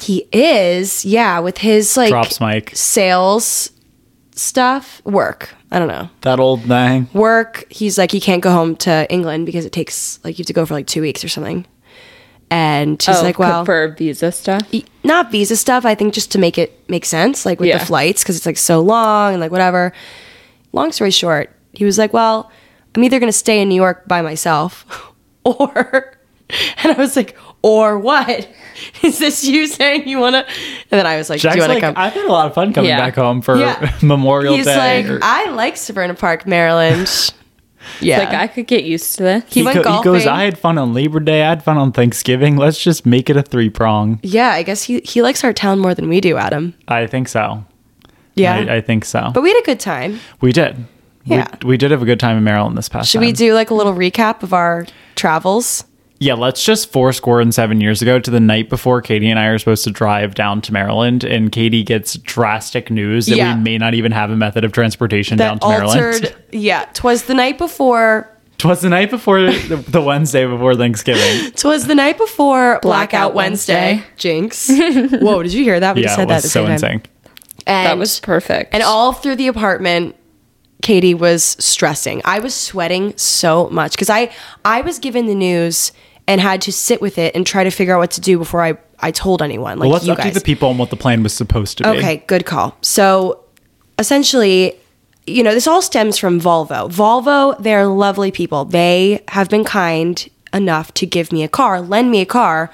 Speaker 2: He is, yeah, with his like
Speaker 3: Drops mic.
Speaker 2: sales stuff, work. I don't know.
Speaker 3: That old thing.
Speaker 2: work. He's like, he can't go home to England because it takes, like, you have to go for like two weeks or something. And he's
Speaker 1: Oh,
Speaker 2: like,
Speaker 1: co-
Speaker 2: well,
Speaker 1: for visa stuff.
Speaker 2: e- not visa stuff. I think just to make it make sense, like with
Speaker 1: Yeah.
Speaker 2: the flights, because it's like so long and like whatever. Long story short, he was like, well, I'm either going to stay in New York by myself or, and I was like, or what? Is this you saying you want to? And then I was like,
Speaker 3: Jack's
Speaker 2: do you want
Speaker 3: like,
Speaker 2: to come?
Speaker 3: I've had a lot of fun coming
Speaker 1: Yeah.
Speaker 3: back home for
Speaker 2: Yeah.
Speaker 3: Memorial
Speaker 2: He's
Speaker 3: Day.
Speaker 2: like,
Speaker 3: or-
Speaker 2: I like Sabrina Park, Maryland. yeah.
Speaker 1: Like, I could get used to this.
Speaker 2: he, went
Speaker 3: go-
Speaker 2: golfing.
Speaker 3: goes, I had fun on Labor Day. I had fun on Thanksgiving. Let's just make it a three prong.
Speaker 2: Yeah, I guess he, he likes our town more than we do, Adam.
Speaker 3: I think so.
Speaker 2: Yeah.
Speaker 3: I, I think so.
Speaker 2: but we had a good time.
Speaker 3: we did.
Speaker 2: Yeah.
Speaker 3: We, we did have a good time in Maryland this past
Speaker 2: Should we
Speaker 3: time.
Speaker 2: do like a little recap of our travels?
Speaker 3: Yeah, let's just four score and seven years ago to the night before Katie and I are supposed to drive down to Maryland, and Katie gets drastic news that
Speaker 2: Yeah.
Speaker 3: we may not even have a method of transportation down
Speaker 2: That
Speaker 3: to Maryland.
Speaker 2: altered. Yeah, twas the night before.
Speaker 3: Twas the night before the, the Wednesday before Thanksgiving.
Speaker 2: Twas the night before Blackout,
Speaker 1: Blackout
Speaker 2: Wednesday.
Speaker 1: Wednesday.
Speaker 2: Jinx. Whoa, did you hear that? We just
Speaker 3: yeah,
Speaker 2: said
Speaker 3: it
Speaker 2: that at the
Speaker 3: was so
Speaker 2: same time.
Speaker 3: insane.
Speaker 2: And,
Speaker 1: that was perfect.
Speaker 2: And all through the apartment, Katie was stressing. I was sweating so much because I I was given the news and had to sit with it and try to figure out what to do before I I told anyone. Like
Speaker 3: Well, let's
Speaker 2: you
Speaker 3: update
Speaker 2: guys.
Speaker 3: the people on what the plan was supposed to be.
Speaker 2: Okay, good call. So essentially, you know, this all stems from Volvo. Volvo, they're lovely people. They have been kind enough to give me a car, lend me a car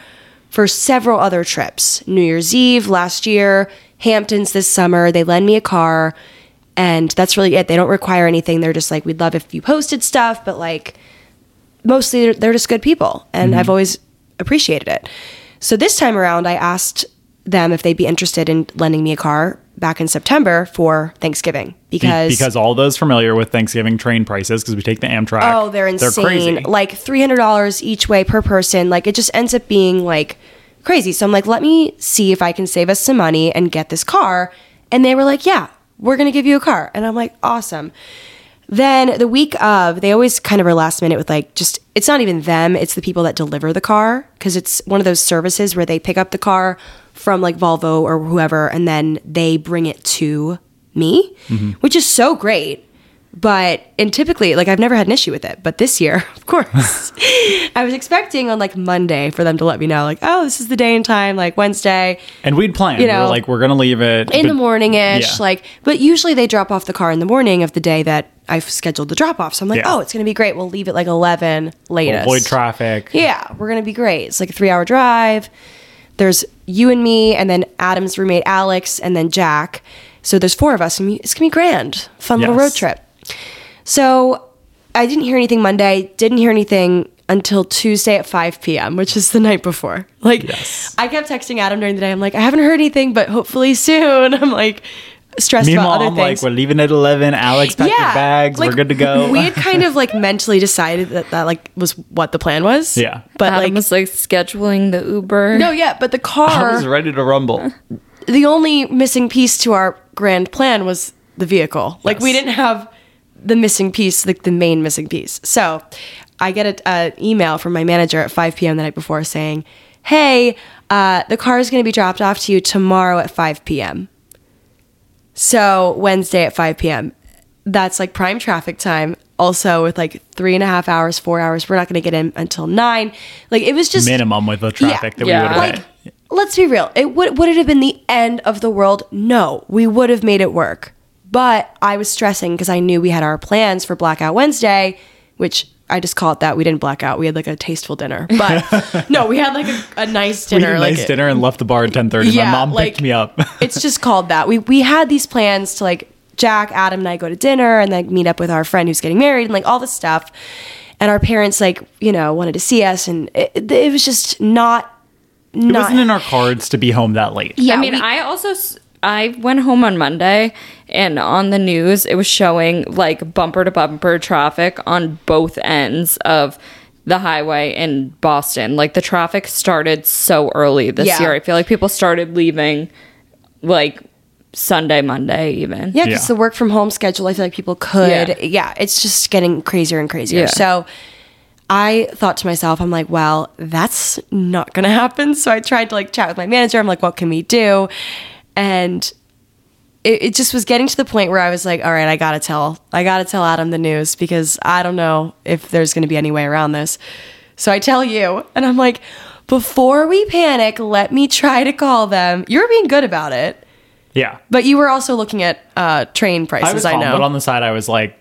Speaker 2: for several other trips. New Year's Eve last year, Hamptons this summer, they lend me a car. And that's really it. They don't require anything. They're just like, we'd love if you posted stuff, but like, mostly they're, they're just good people and
Speaker 3: Mm-hmm.
Speaker 2: i've always appreciated it so this time around i asked them if they'd be interested in lending me a car back in September for Thanksgiving
Speaker 3: Be-
Speaker 2: because
Speaker 3: because all those familiar with Thanksgiving train prices, because we take the Amtrak.
Speaker 2: oh they're insane
Speaker 3: crazy.
Speaker 2: like three hundred dollars each way per person like it just ends up being like crazy so I'm like let me see if I can save us some money and get this car and they were like yeah we're gonna give you a car and I'm like awesome then the week of they always kind of are last minute with like just it's not even them it's the people that deliver the car because it's one of those services where they pick up the car from like volvo or whoever and then they bring it to me which is so great but and typically like i've never had an issue with it but this year of course i was expecting on like monday for them to let me know like oh this is the day and time like wednesday
Speaker 3: and we'd planned.
Speaker 2: you
Speaker 3: we were
Speaker 2: know,
Speaker 3: like, we're gonna leave it
Speaker 2: in
Speaker 3: but-
Speaker 2: the morning ish.
Speaker 3: Yeah.
Speaker 2: Like, but usually they drop off the car in the morning of the day that I've scheduled the drop off. So I'm like,
Speaker 3: Yeah.
Speaker 2: oh, it's gonna be great. We'll leave at like eleven latest.
Speaker 3: avoid traffic.
Speaker 2: Yeah, we're gonna be great. It's like a three hour drive. There's you and me, and then Adam's roommate Alex, and then Jack. So there's four of us, and we- it's gonna be grand, fun little road
Speaker 3: Yes.
Speaker 2: trip. So I didn't hear anything Monday. Didn't hear anything until Tuesday at 5 p.m., which is the night before. Like, I kept texting Adam during the day. I'm like, I haven't heard anything, but hopefully soon. I'm like stressed
Speaker 3: Meanwhile,
Speaker 2: about other
Speaker 3: I'm
Speaker 2: things.
Speaker 3: like, we're leaving at eleven. Alex, pack your bags.
Speaker 2: like,
Speaker 3: we're good to go.
Speaker 2: We had kind of like mentally decided that that like was what the plan was.
Speaker 3: Yeah.
Speaker 2: but
Speaker 1: Adam
Speaker 2: like
Speaker 1: was like scheduling the Uber.
Speaker 2: no, yeah, but the
Speaker 3: I
Speaker 2: car,
Speaker 3: was ready to rumble.
Speaker 2: the only missing piece to our grand plan was the vehicle. Like we
Speaker 3: Yes.
Speaker 2: didn't have the missing piece, like the main missing piece. So I get a- an email from my manager at 5 p.m. the night before saying, hey, uh, the car is going to be dropped off to you tomorrow at 5 p.m. So Wednesday at 5 p.m. That's like prime traffic time. Also, with like three and a half hours, four hours, we're not going to get in until nine. Like it was just
Speaker 3: Minimum with the traffic that
Speaker 1: Yeah.
Speaker 3: we would have.
Speaker 2: like, let's be real. It would would it have been the end of the world? No, we would have made it work. But I was stressing because I knew we had our plans for Blackout Wednesday, which I just call it that. We didn't black out. We had like a tasteful dinner, but no, we had like a, a nice
Speaker 3: we
Speaker 2: dinner.
Speaker 3: had a nice
Speaker 2: like,
Speaker 3: dinner and left the bar at ten thirty. My mom picked
Speaker 2: like,
Speaker 3: me up.
Speaker 2: it's just called that. We we had these plans to like Jack, Adam, and I go to dinner and then meet up with our friend who's getting married and like all this stuff. And our parents like you know wanted to see us, and it, it was just not.
Speaker 3: it
Speaker 2: Not
Speaker 3: wasn't in our cards to be home that late.
Speaker 1: I
Speaker 2: Yeah,
Speaker 1: mean,
Speaker 2: we-
Speaker 1: I also s- I went home on Monday and on the news it was showing like bumper to bumper traffic on both ends of the highway in Boston. Like the traffic started so early this
Speaker 2: Yeah.
Speaker 1: year. I feel like people started leaving like Sunday, Monday even.
Speaker 2: Yeah, because
Speaker 3: Yeah.
Speaker 2: the work from home schedule, I feel like people could.
Speaker 1: Yeah.
Speaker 2: Yeah, it's just getting crazier and crazier.
Speaker 1: Yeah.
Speaker 2: So I thought to myself, I'm like, well, that's not going to happen. So I tried to like chat with my manager. I'm like, what can we do? And it, it just was getting to the point where I was like, all right, I got to tell. I got to tell Adam the news because I don't know if there's going to be any way around this. So I tell you, and I'm like, before we panic, let me try to call them. You're being good about it.
Speaker 3: Yeah.
Speaker 2: But you were also looking at uh, train prices. I,
Speaker 3: I was calm,
Speaker 2: know.
Speaker 3: but on the side, I was like,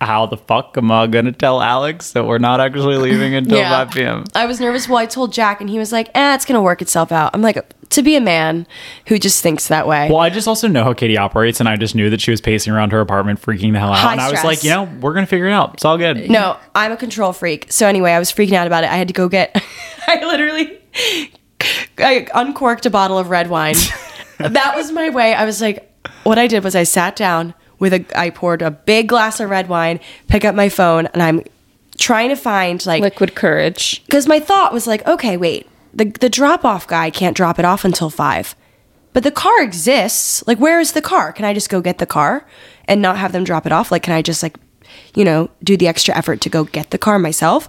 Speaker 3: how the fuck am I going to tell Alex that we're not actually leaving until 5 p.m.?
Speaker 2: I was nervous. Well, I told Jack, and he was like, "Eh, it's gonna work itself out." I'm like, to be a man who just thinks that way.
Speaker 3: Well, I just also know how Katie operates, and I just knew that she was pacing around her apartment, freaking the hell out.
Speaker 2: High
Speaker 3: and I was
Speaker 2: stress.
Speaker 3: like, you know, we're going to figure it out. It's all good.
Speaker 2: No, I'm a control freak. So anyway, I was freaking out about it. I had to go get. I literally, I uncorked a bottle of red wine. that was my way. I was like, what I did was I sat down with a. I poured a big glass of red wine. Pick up my phone, and I'm trying to find like
Speaker 1: Liquid courage.
Speaker 2: because my thought was like, okay, wait, the the drop off guy can't drop it off until five, but the car exists. Like, where is the car? Can I just go get the car and not have them drop it off? Like, can I just like, you know, do the extra effort to go get the car myself?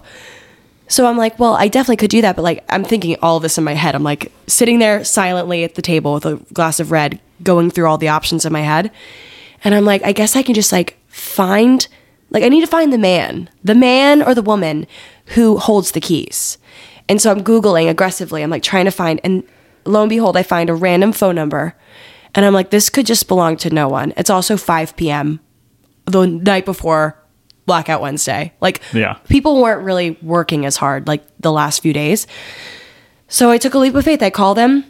Speaker 2: So I'm like, well, I definitely could do that, but like, I'm thinking all this in my head. I'm like sitting there silently at the table with a glass of red, going through all the options in my head, and I'm like, I guess I can just like find, like, I need to find the man, the man or the woman who holds the keys. And so I'm googling aggressively. I'm like trying to find, and lo and behold, I find a random phone number, and I'm like, this could just belong to no one. It's also 5 p.m. the night before Blackout Wednesday. Like,
Speaker 3: Yeah.
Speaker 2: people weren't really working as hard like the last few days. So I took a leap of faith. I call them.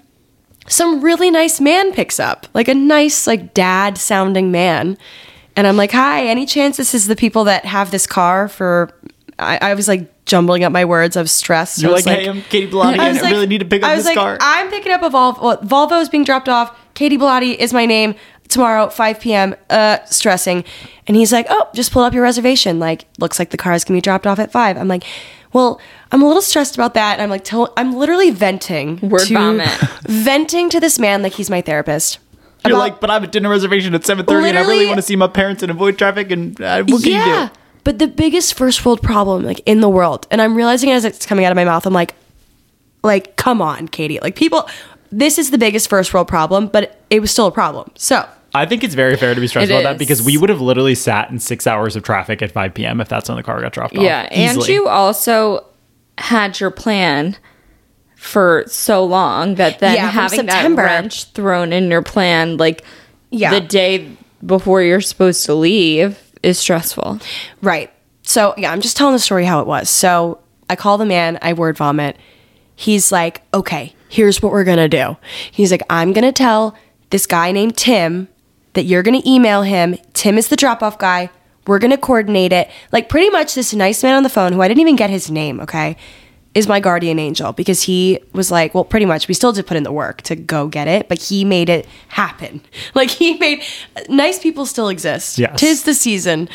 Speaker 2: Some really nice man picks up, like a nice, like dad sounding man. And I'm like, hi, any chance this is the people that have this car for. I, I was like jumbling up my words. I was stressed.
Speaker 3: You're
Speaker 2: I was
Speaker 3: like, hey, I'm Katie Bellotti, and I really need to pick
Speaker 2: I
Speaker 3: up
Speaker 2: was
Speaker 3: this
Speaker 2: like,
Speaker 3: car.
Speaker 2: I'm picking up a Volvo. Well, Volvo is being dropped off. Katie Bellotti is my name. tomorrow, 5 p.m., uh, stressing. And he's like, oh, just pull up your reservation. Like, looks like the car is going to be dropped off at 5. I'm like, well, I'm a little stressed about that. And I'm like, tell, I'm literally venting.
Speaker 1: Word
Speaker 2: to,
Speaker 1: vomit.
Speaker 2: Venting to this man like he's my therapist.
Speaker 3: You're
Speaker 2: About-
Speaker 3: like, but I have a dinner reservation at seven thirty, and I really
Speaker 2: Literally-
Speaker 3: want to see my parents and avoid traffic. And uh, what can you do?
Speaker 2: But the biggest first world problem like in the world, and I'm realizing as it's coming out of my mouth, I'm like, like, come on, Katie. Like people this is the biggest first world problem, but it was still a problem. So
Speaker 3: I think it's very fair to be stressed
Speaker 1: It
Speaker 3: about that
Speaker 1: is.
Speaker 3: because we would have literally sat in six hours of traffic at five p.m. if that's when the car got dropped off.
Speaker 1: Yeah, and
Speaker 3: easily.
Speaker 1: you also had your plan for so long that then
Speaker 2: Yeah, from
Speaker 1: having that
Speaker 2: September.
Speaker 1: wrench thrown in your plan, like
Speaker 2: Yeah.
Speaker 1: the day before you're supposed to leave, is stressful.
Speaker 2: Right. So yeah, I'm just telling the story how it was. So I call the man, I word vomit. He's like, okay, here's what we're gonna do. He's like, I'm gonna tell this guy named Tim that you're gonna email him. Tim is the drop off guy. We're gonna coordinate it. Like pretty much this nice man on the phone who I didn't even get his name, okay, is my guardian angel because he was like, well, pretty much we still did put in the work to go get it, but he made it happen. Like he made nice people still exist.
Speaker 3: Yes.
Speaker 2: Tis the season.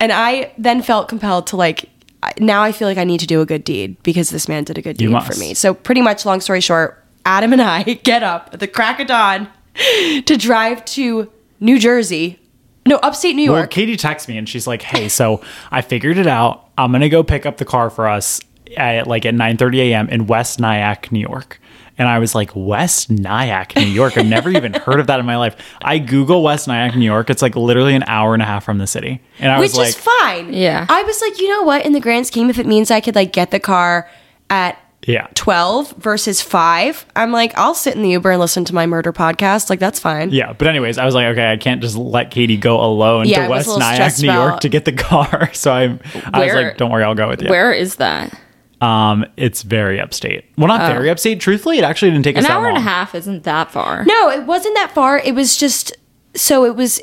Speaker 2: And I then felt compelled to like I- now I feel like I need to do a good deed because this man did a good
Speaker 3: You
Speaker 2: deed
Speaker 3: must.
Speaker 2: for me. So pretty much long story short, Adam and I get up at the crack of dawn to drive to New Jersey. No, upstate New
Speaker 3: Well,
Speaker 2: York.
Speaker 3: Katie texts me and she's like, "Hey, so I figured it out. I'm gonna go pick up the car for us at like at 9:30 a.m. in West Nyack, New York." And I was like, "West Nyack, New York. I've never even heard of that in my life." I Google West Nyack, New York. It's like literally an hour and a half from the city, and I
Speaker 2: Which
Speaker 3: was like,
Speaker 2: is fine.
Speaker 1: Yeah.
Speaker 2: I was like, you know what, in the grand scheme, if it means I could like get the car at
Speaker 3: "Yeah,
Speaker 2: 12 versus 5, I'm like, I'll sit in the Uber and listen to my murder podcast. Like, that's fine.
Speaker 3: yeah." But anyways, I was like, "Okay, I can't just let Katie go alone
Speaker 2: Yeah, I was
Speaker 3: to
Speaker 2: a
Speaker 3: West
Speaker 2: little
Speaker 3: Nyack,
Speaker 2: stressed
Speaker 3: New York,
Speaker 2: about-
Speaker 3: to get the car." So I'm, I was
Speaker 1: Where-
Speaker 3: like, "Don't worry, I'll go with you."
Speaker 1: Where is that?
Speaker 3: Um, it's very upstate. Well,
Speaker 2: Oh.
Speaker 3: not very upstate. Truthfully, it actually didn't take
Speaker 1: An
Speaker 3: us that
Speaker 1: hour and a
Speaker 3: long.
Speaker 1: half isn't that far.
Speaker 2: No, it wasn't that far. It was just so it was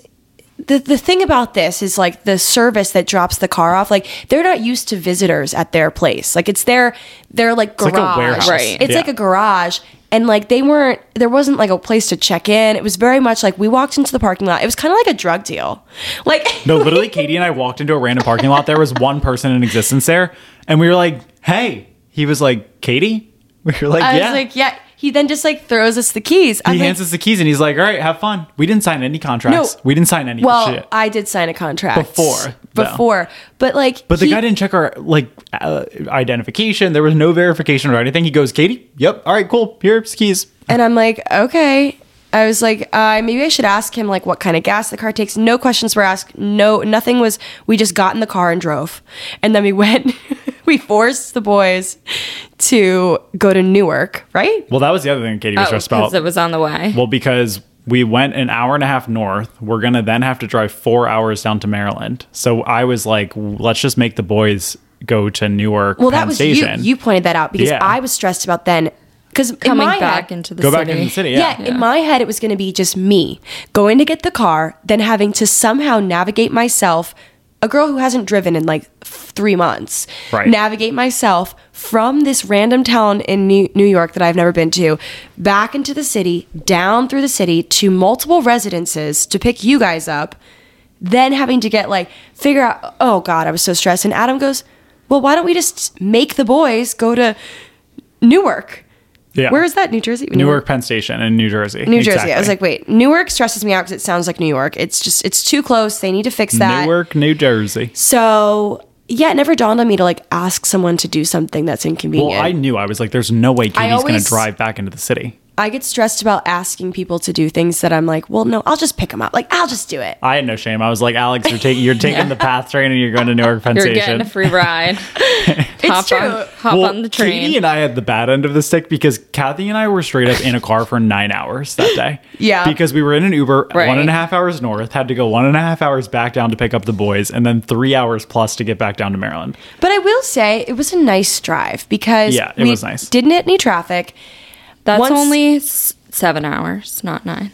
Speaker 2: the the thing about this is like the service that drops the car off. Like they're not used to visitors at their place. Like it's their their like garage.
Speaker 3: like a warehouse.
Speaker 1: Right.
Speaker 2: It's
Speaker 3: Yeah.
Speaker 2: like a garage. And like they weren't, there wasn't like a place to check in. It was very much like we walked into the parking lot. It was kind of like a drug deal. Like
Speaker 3: No, literally, Katie and I walked into a random parking lot. There was one person in existence there, and we were like, "Hey." He was like, "Katie." We were like,
Speaker 2: I
Speaker 3: "Yeah."
Speaker 2: was like, yeah. He then just like throws us the keys.
Speaker 3: he
Speaker 2: I'm like,
Speaker 3: hands us the keys, and he's like, "All right, have fun." We didn't sign any contracts.
Speaker 2: No.
Speaker 3: we didn't sign any
Speaker 2: well,
Speaker 3: shit.
Speaker 2: I did sign a contract
Speaker 3: Before, though.
Speaker 2: before, but like,
Speaker 3: but the
Speaker 2: he-
Speaker 3: guy didn't check our like uh, identification. There was no verification or anything. He goes, "Katie, yep, all right, cool. Here's the keys."
Speaker 2: And I'm like, okay. I was like, uh, maybe I should ask him like what kind of gas the car takes. No questions were asked. No, nothing was. We just got in the car and drove, and then we went. we forced the boys to go to Newark, right?
Speaker 3: Well, that was the other thing Katie was
Speaker 1: Oh,
Speaker 3: stressed about.
Speaker 1: 'cause it was on the way.
Speaker 3: Well, because we went an hour and a half north, we're gonna then have to drive four hours down to Maryland. So I was like, let's just make the boys go to Newark.
Speaker 2: Well, that
Speaker 3: Penn
Speaker 2: was
Speaker 3: Station.
Speaker 2: you. You pointed that out because
Speaker 3: Yeah.
Speaker 2: I was stressed about then because
Speaker 1: Coming
Speaker 2: my
Speaker 1: back
Speaker 2: head,
Speaker 1: into the
Speaker 3: go
Speaker 1: city.
Speaker 3: back into the city. Yeah.
Speaker 2: yeah, in my head, it was going to be just me going to get the car, then having to somehow navigate myself, a girl who hasn't driven in like f- three months,
Speaker 3: Right.
Speaker 2: navigate myself from this random town in New-, New York that I've never been to, back into the city, down through the city to multiple residences to pick you guys up, then having to get like, figure out, oh God, I was so stressed. And Adam goes, well, why don't we just make the boys go to Newark?
Speaker 3: Yeah.
Speaker 2: Where is that? New Jersey?
Speaker 3: Newark Penn Station in New Jersey.
Speaker 2: New Jersey. I was like, wait, Newark stresses me out because it sounds like New York. It's just, it's too close. They need to fix that.
Speaker 3: Newark, New Jersey.
Speaker 2: So, yeah, it never dawned on me to like ask someone to do something that's inconvenient.
Speaker 3: Well, I knew I was like, there's no way Katie's gonna
Speaker 2: always-
Speaker 3: drive back into the city.
Speaker 2: I, get stressed about asking people to do things that I'm like, well, no, I'll just pick them up. Like, I'll just do it.
Speaker 3: I had no shame. I was like, Alex, you're taking you're taking the path train and you're going to Newark Penn
Speaker 1: You're
Speaker 3: Station.
Speaker 1: getting a free ride. hop
Speaker 2: true.
Speaker 1: On, hop on the train.
Speaker 3: Katie and I had the bad end of the stick because Kathy and I were straight up in a car for nine hours that day.
Speaker 2: Yeah.
Speaker 3: Because we were in an Uber
Speaker 1: Right.
Speaker 3: one and a half hours north, had to go one and a half hours back down to pick up the boys, and then three hours plus to get back down to Maryland.
Speaker 2: But I will say it was a nice drive because
Speaker 3: Yeah, it
Speaker 2: we
Speaker 3: was nice.
Speaker 2: didn't hit any traffic.
Speaker 1: That's
Speaker 2: once-
Speaker 1: only s- seven hours, not nine.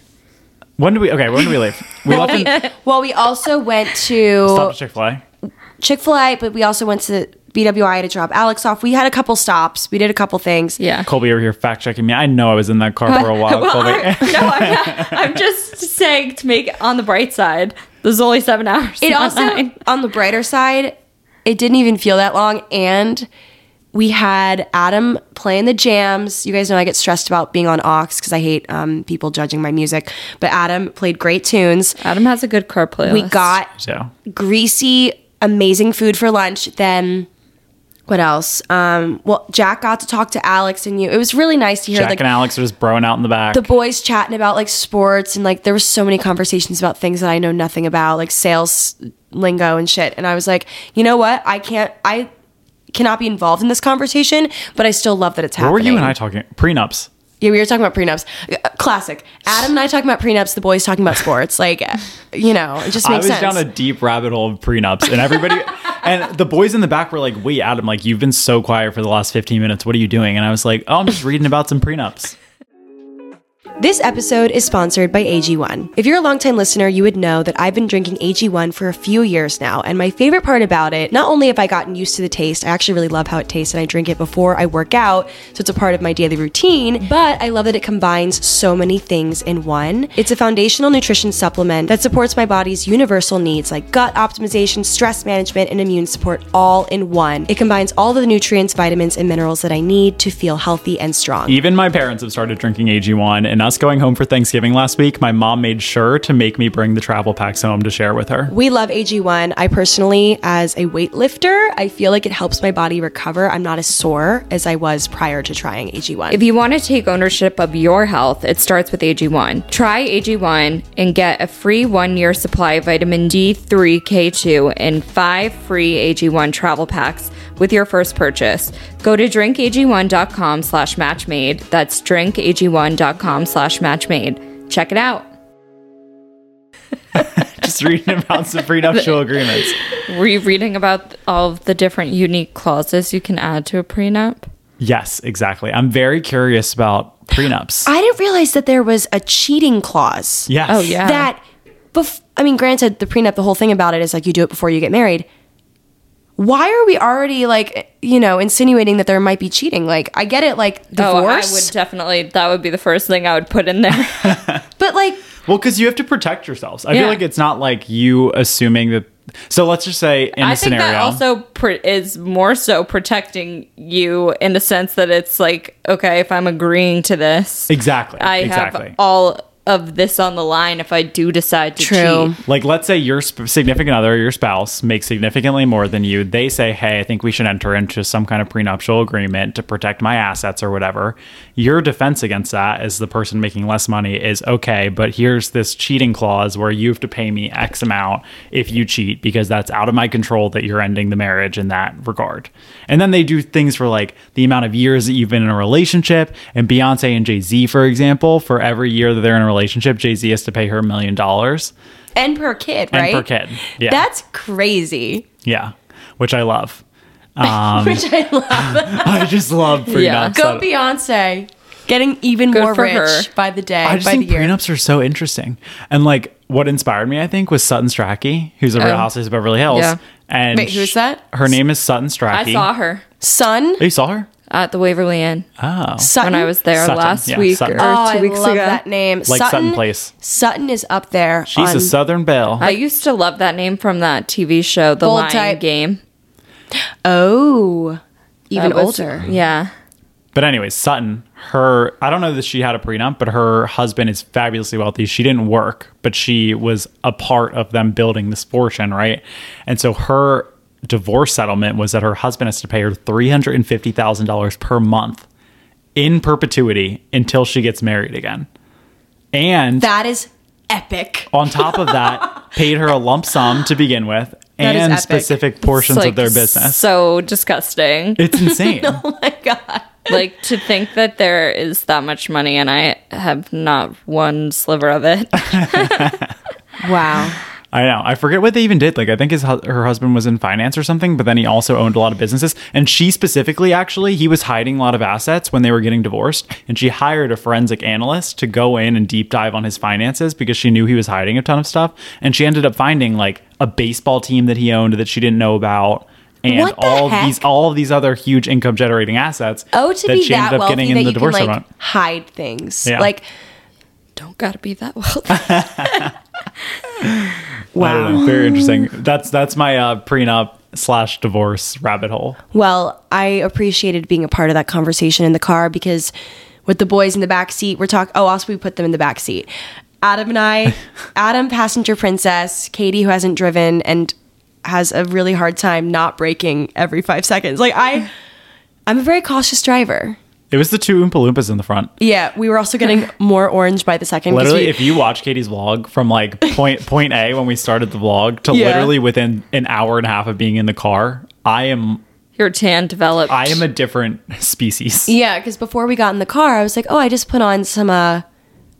Speaker 3: When do we okay, when do we leave? We left in
Speaker 2: Well, we also went to
Speaker 3: Chick fil A.
Speaker 2: Chick fil A, but we also went to BWI to drop Alex off. We had a couple stops. We did a couple things.
Speaker 1: Yeah.
Speaker 3: Colby over here fact checking me. I know I was in that car for a while.
Speaker 1: Well,
Speaker 3: Colby.
Speaker 1: I, no, I'm, not, I'm just saying to make it on the bright side. There's only seven hours.
Speaker 2: It
Speaker 1: not
Speaker 2: also,
Speaker 1: nine.
Speaker 2: on the brighter side, it didn't even feel that long. And we had Adam playing the jams. You guys know I get stressed about being on aux because I hate um, people judging my music. But Adam played great tunes.
Speaker 1: Adam has a good car playlist.
Speaker 2: We got
Speaker 3: so
Speaker 2: greasy, amazing food for lunch. Then what else? Um, well, Jack got to talk to Alex and you. It was really nice to hear
Speaker 3: Jack
Speaker 2: like
Speaker 3: and Alex are just broing out in the back.
Speaker 2: the boys chatting about like sports and like there were so many conversations about things that I know nothing about, like sales lingo and shit. And I was like, you know what? I can't. I cannot be involved in this conversation, but I still love that it's
Speaker 3: Where
Speaker 2: happening.
Speaker 3: were you and I talking? Prenups.
Speaker 2: Yeah, we were talking about prenups. Uh, Classic. Adam and I talking about prenups. The boys talking about sports. Like, you know, it just
Speaker 3: I
Speaker 2: makes
Speaker 3: was
Speaker 2: sense.
Speaker 3: down a deep rabbit hole of prenups, and everybody, and the boys in the back were like, "Wait, Adam, like you've been so quiet for the last fifteen minutes. What are you doing?" And I was like, "Oh, I'm just reading about some prenups."
Speaker 2: This episode is sponsored by AG1. If you're a longtime listener, you would know that I've been drinking AG1 for a few years now, and my favorite part about it, not only have I gotten used to the taste, I actually really love how it tastes, and I drink it before I work out, so it's a part of my daily routine, but I love that it combines so many things in one. It's a foundational nutrition supplement that supports my body's universal needs like gut optimization, stress management, and immune support all in one. It combines all the nutrients, vitamins, and minerals that I need to feel healthy and strong.
Speaker 3: Even my parents have started drinking AG1, and us going home for Thanksgiving last week, my mom made sure to make me bring the travel packs home to share with her.
Speaker 2: We love AG1. I personally, as a weightlifter, I feel like it helps my body recover. I'm not as sore as I was prior to trying AG1.
Speaker 1: If you want to take ownership of your health, it starts with AG1. Try AG1 and get a free one year supply of vitamin D3, K2, and five free AG1 travel packs with your first purchase. Go to drinkag1.com slash matchmade. That's drinkag1.com slash matchmade. Check it out.
Speaker 3: Just reading about some prenuptial agreements.
Speaker 1: Were you reading about all of the different unique clauses you can add to a prenup?
Speaker 3: Yes, exactly. I'm very curious about prenups.
Speaker 2: I didn't realize that there was a cheating clause.
Speaker 3: yes.
Speaker 1: Uh, Oh, yeah.
Speaker 2: That, bef- I mean, granted, the prenup, the whole thing about it is like you do it before you get married. Why are we already like, you know, insinuating that there might be cheating? Like, I get it, like
Speaker 1: Oh, I would
Speaker 2: divorce,
Speaker 1: definitely, that would be the first thing I would put in there.
Speaker 2: but like,
Speaker 3: Well, because you have to protect yourselves. I
Speaker 1: Yeah.
Speaker 3: feel like it's not like you assuming that. So let's just say in
Speaker 1: I
Speaker 3: a scenario.
Speaker 1: think that also pr- is more so protecting you in the sense that it's like, okay, if I'm agreeing to this,
Speaker 3: exactly.
Speaker 1: I
Speaker 3: exactly.
Speaker 1: have all of this on the line if I do decide to
Speaker 2: True.
Speaker 1: cheat.
Speaker 3: like let's say your sp- significant other, your spouse, makes significantly more than you. They say, "Hey, I think we should enter into some kind of prenuptial agreement to protect my assets or whatever." Your defense against that, as the person making less money, is okay, but here's this cheating clause where you have to pay me X amount if you cheat because that's out of my control that you're ending the marriage in that regard. And then they do things for like the amount of years that you've been in a relationship. And Beyonce and Jay Z, for example, for every year that they're in a relationship, Jay Z has to pay her a million dollars.
Speaker 2: and per kid,
Speaker 3: And
Speaker 2: right?
Speaker 3: per kid. Yeah.
Speaker 2: That's crazy.
Speaker 3: Yeah, which I love. Um,
Speaker 2: Which I love.
Speaker 3: I just love prenups.
Speaker 1: Yeah.
Speaker 2: Go
Speaker 3: I-
Speaker 2: Beyonce. Getting even more
Speaker 1: for
Speaker 2: rich
Speaker 1: her.
Speaker 2: by the day,
Speaker 3: I just
Speaker 2: by the
Speaker 3: think
Speaker 2: year.
Speaker 3: prenups are so interesting. And like what inspired me, I think, was Sutton Strachey, who's a Real Housewives of Beverly Hills.
Speaker 1: Yeah.
Speaker 3: And
Speaker 2: Oh. Wait, who's
Speaker 3: sh-
Speaker 2: that?
Speaker 3: Her name is Sutton
Speaker 1: I
Speaker 3: Strachey.
Speaker 1: saw her
Speaker 2: Sun.
Speaker 3: Oh, you saw her?
Speaker 1: at the Waverly Inn
Speaker 3: Oh.
Speaker 2: Sutton.
Speaker 1: when I was there
Speaker 3: Sutton,
Speaker 1: last
Speaker 3: yeah,
Speaker 1: week
Speaker 3: Sutton.
Speaker 1: or
Speaker 2: Oh,
Speaker 1: two
Speaker 2: I
Speaker 1: weeks
Speaker 2: love
Speaker 1: ago.
Speaker 2: that name.
Speaker 3: Like Sutton Place.
Speaker 2: Sutton is up there.
Speaker 3: She's
Speaker 2: on
Speaker 3: a Southern Belle.
Speaker 1: I used to love that name from that TV show, The
Speaker 2: Bold
Speaker 1: Lion
Speaker 2: type.
Speaker 1: Game.
Speaker 2: oh, even
Speaker 1: That was-
Speaker 2: older.
Speaker 1: Yeah.
Speaker 3: But anyways, Sutton, her I don't know that she had a prenup, but her husband is fabulously wealthy. She didn't work, but she was a part of them building this fortune, right? And so her divorce settlement was that her husband has to pay her three hundred and fifty thousand dollars per month in perpetuity until she gets married again. And
Speaker 2: That is epic.
Speaker 3: on top of that, paid her a lump sum to begin with
Speaker 2: That is
Speaker 3: and
Speaker 2: epic.
Speaker 3: specific portions
Speaker 1: It's, like,
Speaker 3: of their business.
Speaker 1: So disgusting.
Speaker 3: it's insane.
Speaker 1: like to think that there is that much money and I have not one sliver of it.
Speaker 2: Wow.
Speaker 3: I know. I forget what they even did. Like, I think his hu- her husband was in finance or something, but then he also owned a lot of businesses. And she specifically, actually, he was hiding a lot of assets when they were getting divorced. And she hired a forensic analyst to go in and deep dive on his finances because she knew he was hiding a ton of stuff. And she ended up finding like a baseball team that he owned that she didn't know about. and
Speaker 2: What the
Speaker 3: all
Speaker 2: heck?
Speaker 3: these all of these other huge income generating assets
Speaker 2: Oh, to be that wealthy that you can like
Speaker 3: settlement.
Speaker 2: hide things.
Speaker 3: Yeah.
Speaker 2: Like
Speaker 1: Don't gotta be that wealthy.
Speaker 3: I don't know. Very interesting. That's that's my uh, prenup slash divorce rabbit hole.
Speaker 2: Well, I appreciated being a part of that conversation in the car because with the boys in the back seat, we're talking. Oh, also we put them in the back seat. Adam and I, Adam, passenger princess, Katie, who hasn't driven and has a really hard time not braking every five seconds. Like I, I'm a very cautious driver.
Speaker 3: It was the two Oompa Loompas in the front.
Speaker 2: Yeah, we were also getting more orange by the second. 'cause
Speaker 3: Literally,
Speaker 2: we-
Speaker 3: if you watch Katie's vlog from like point point A when we started the vlog to
Speaker 2: Yeah.
Speaker 3: literally within an hour and a half of being in the car, I am
Speaker 1: Your tan developed.
Speaker 3: I am a different species.
Speaker 2: Yeah, because before we got in the car, I was like, oh, I just put on some, uh,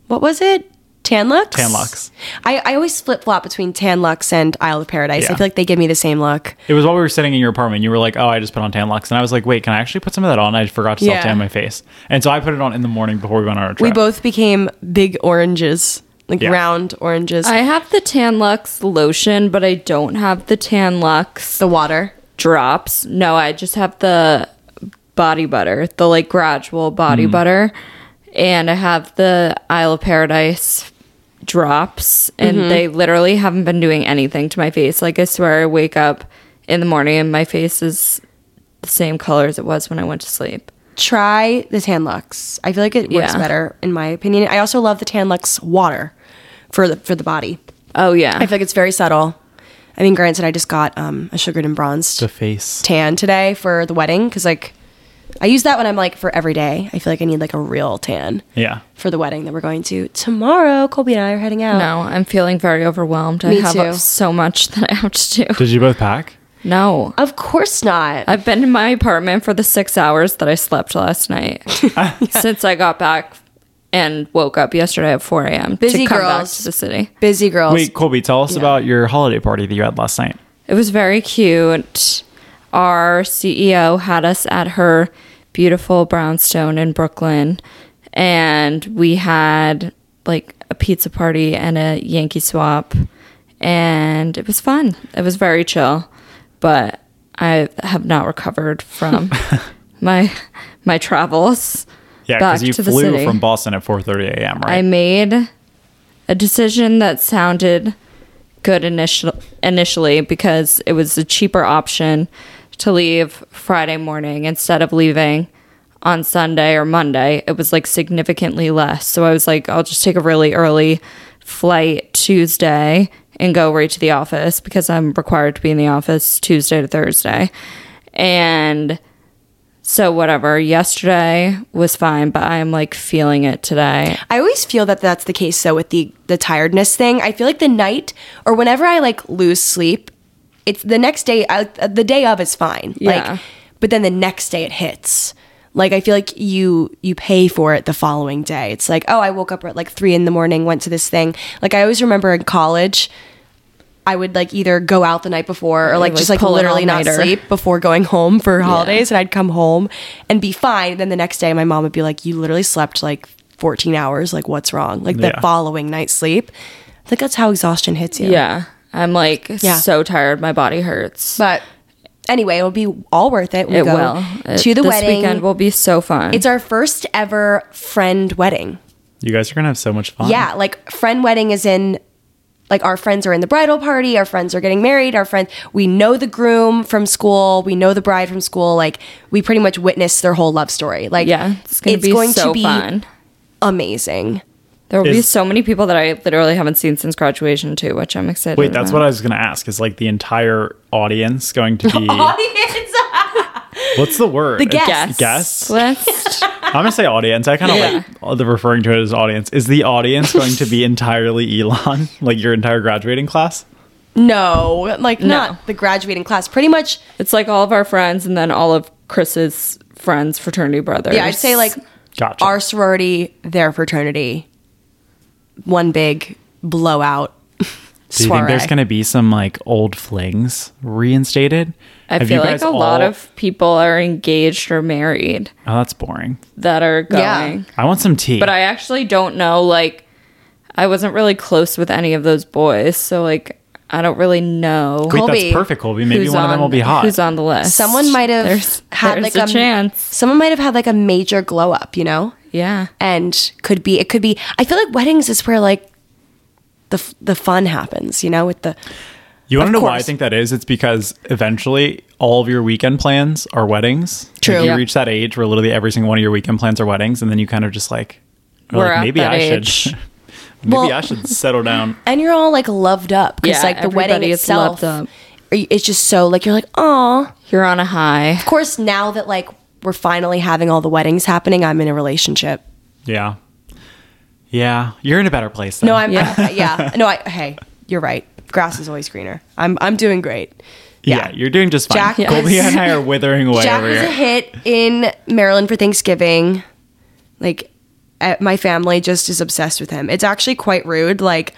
Speaker 2: what was it? Tanlux?
Speaker 3: Tanlux.
Speaker 2: I, I always flip flop between Tanlux and Isle of Paradise. I
Speaker 3: Yeah.
Speaker 2: feel like they give me the same look.
Speaker 3: It was while we were sitting in your apartment. You were like, "Oh, I just put on tan lux," and I was like, "Wait, can I actually put some of that on? I forgot to
Speaker 2: Yeah.
Speaker 3: self tan my face." And so I put it on in the morning before we went on our trip.
Speaker 2: We both became big oranges, like
Speaker 3: Yeah.
Speaker 2: round oranges.
Speaker 1: I have the Tan Lux lotion, but I don't have the Tan Lux
Speaker 2: the water.
Speaker 1: drops. No, I just have the body butter, the like gradual body butter. And I have the Isle of Paradise drops. And
Speaker 2: Mm-hmm.
Speaker 1: they literally haven't been doing anything to my face. Like, I swear, I wake up in the morning and my face is the same color as it was when I went to sleep.
Speaker 2: Try the Tanlux. I feel like it works
Speaker 1: Yeah.
Speaker 2: better, in my opinion. I also love the Tanlux water for the, for the body.
Speaker 1: Oh, yeah.
Speaker 2: I feel like it's very subtle. I mean, Grant said I just got um, a sugared and bronzed.
Speaker 3: the face.
Speaker 2: tan today for the wedding because like I use that when I'm like for every day. I feel like I need like a real tan
Speaker 3: Yeah.
Speaker 2: for the wedding that we're going to tomorrow. Colby and I are heading out.
Speaker 1: no, I'm feeling very overwhelmed.
Speaker 2: Me
Speaker 1: I have
Speaker 2: too.
Speaker 1: so much that I have to do.
Speaker 3: Did you both pack?
Speaker 1: No.
Speaker 2: Of course not.
Speaker 1: I've been in my apartment for the six hours that I slept last night since I got back and woke up yesterday at 4 a.m.
Speaker 2: Busy
Speaker 1: to come back
Speaker 2: girls.
Speaker 1: to the city.
Speaker 2: Busy girls.
Speaker 3: Wait, Colby, tell us about your holiday party that you had last night.
Speaker 1: It was very cute. Our CEO had us at her beautiful brownstone in Brooklyn, and we had like a pizza party and a Yankee swap, and it was fun. It was very chill, but I have not recovered from my my travels.
Speaker 3: Yeah,
Speaker 1: back
Speaker 3: because you
Speaker 1: to the
Speaker 3: flew
Speaker 1: city.
Speaker 3: from Boston at 4:30 a.m. Right?
Speaker 1: I made a decision that sounded good initial, initially because it was a cheaper option to leave Friday morning instead of leaving on Sunday or Monday. It was like significantly less. So I was like, I'll just take a really early flight Tuesday and go right to the office because I'm required to be in the office Tuesday to Thursday. And so whatever, yesterday was fine, but I'm like feeling it today.
Speaker 2: I always feel that that's the case though with the the tiredness thing. I feel like the night or whenever I like lose sleep, it's the next day. I, the day of is fine.
Speaker 1: Yeah.
Speaker 2: Like, but then the next day it hits. Like I feel like you you pay for it the following day. It's like oh I woke up at like three in the morning, went to this thing. Like I always remember in college. I would like either go out the night before or like
Speaker 1: like,
Speaker 2: just like
Speaker 1: pull an
Speaker 2: literally not
Speaker 1: all-nighter.
Speaker 2: sleep before going home for holidays and I'd come home and be fine. then the next day my mom would be like, You literally slept like 14 hours. Like, what's wrong? Like the
Speaker 3: Yeah.
Speaker 2: following night's sleep. I think that's how exhaustion hits you.
Speaker 1: Yeah. I'm like
Speaker 2: Yeah.
Speaker 1: so tired. My body hurts.
Speaker 2: But anyway, it'll be all worth it. when
Speaker 1: it
Speaker 2: we go
Speaker 1: will. It-
Speaker 2: to the
Speaker 1: this
Speaker 2: wedding.
Speaker 1: weekend will be so fun.
Speaker 2: it's our first ever friend wedding.
Speaker 3: you guys are gonna have so much fun.
Speaker 2: Yeah, like friend wedding is in like our friends are in the bridal party, our friends are getting married, our friends we know the groom from school, we know the bride from school, like we pretty much witness their whole love story. Like
Speaker 1: yeah. It's going to be so fun.
Speaker 2: amazing.
Speaker 1: There will be
Speaker 3: Is-
Speaker 1: so many people that I literally haven't seen since graduation too, which I'm excited.
Speaker 3: Wait, that's what
Speaker 1: about.
Speaker 3: I was gonna ask. Is like the entire audience going to be?
Speaker 2: Audience
Speaker 3: what's the word?
Speaker 2: The
Speaker 1: guess.
Speaker 2: guests.
Speaker 3: Guests?
Speaker 1: List.
Speaker 3: I'm gonna say audience. I kind of like the referring to it as audience. Is the audience going to be entirely Elon, like your entire graduating class?
Speaker 2: No, like
Speaker 1: No.
Speaker 2: not the graduating class. Pretty much
Speaker 1: it's like all of our friends and then all of Chris's friends, fraternity brothers.
Speaker 2: yeah, I'd say like
Speaker 3: Gotcha.
Speaker 2: our sorority, their fraternity. One big blowout.
Speaker 3: Do you think there's
Speaker 2: soiree.
Speaker 3: going to be some like old flings reinstated?
Speaker 1: I
Speaker 3: Have you
Speaker 1: feel like
Speaker 3: guys
Speaker 1: a lot
Speaker 3: all-
Speaker 1: of people are engaged or married
Speaker 3: Oh, that's boring.
Speaker 1: that are going.
Speaker 2: Yeah.
Speaker 3: I want some tea.
Speaker 1: But I actually don't know. Like, I wasn't really close with any of those boys, so like, I don't really know.
Speaker 3: Wait,
Speaker 2: Colby,
Speaker 3: that's perfect, Colby. Maybe
Speaker 1: who's
Speaker 3: one of them
Speaker 1: on-
Speaker 3: will be hot.
Speaker 1: Who's on the list?
Speaker 2: Someone might have
Speaker 1: There's-
Speaker 2: had
Speaker 1: there's
Speaker 2: like
Speaker 1: a chance.
Speaker 2: Someone might have had like a major glow up, you know,
Speaker 1: Yeah.
Speaker 2: and could be. It could be. I feel like weddings is where like the f- the fun happens, you know, with the
Speaker 3: You want
Speaker 2: Of
Speaker 3: to know why I
Speaker 2: course.
Speaker 3: think that is? It's because eventually all of your weekend plans are weddings.
Speaker 2: True.
Speaker 3: Like, you
Speaker 2: Yeah.
Speaker 3: reach that age where literally every single one of your weekend plans are weddings, and then you kind of just like, are
Speaker 1: We're
Speaker 3: like,
Speaker 1: at
Speaker 3: maybe
Speaker 1: that
Speaker 3: I
Speaker 1: age.
Speaker 3: should, maybe
Speaker 2: Well-
Speaker 3: I should settle down.
Speaker 2: and you're all like loved up because
Speaker 1: Yeah,
Speaker 2: like the wedding
Speaker 1: everybody is
Speaker 2: itself,
Speaker 1: loved up.
Speaker 2: y- it's just so like you're like, oh.
Speaker 1: You're on a high.
Speaker 2: Of course, now that like we're finally having all the weddings happening, I'm in a relationship.
Speaker 3: Yeah, yeah, you're in a better place. Though.
Speaker 2: No, I'm
Speaker 1: Yeah.
Speaker 2: yeah. yeah. No, I hey, you're right. Grass is always greener. I'm I'm doing great.
Speaker 3: yeah. you're doing just fine.
Speaker 2: Jack
Speaker 3: Colby
Speaker 2: was-
Speaker 3: and I are withering away
Speaker 2: Jack
Speaker 3: over
Speaker 2: was a
Speaker 3: here.
Speaker 2: hit in Maryland for Thanksgiving. Like, eh, my family just is obsessed with him. It's actually quite rude. Like,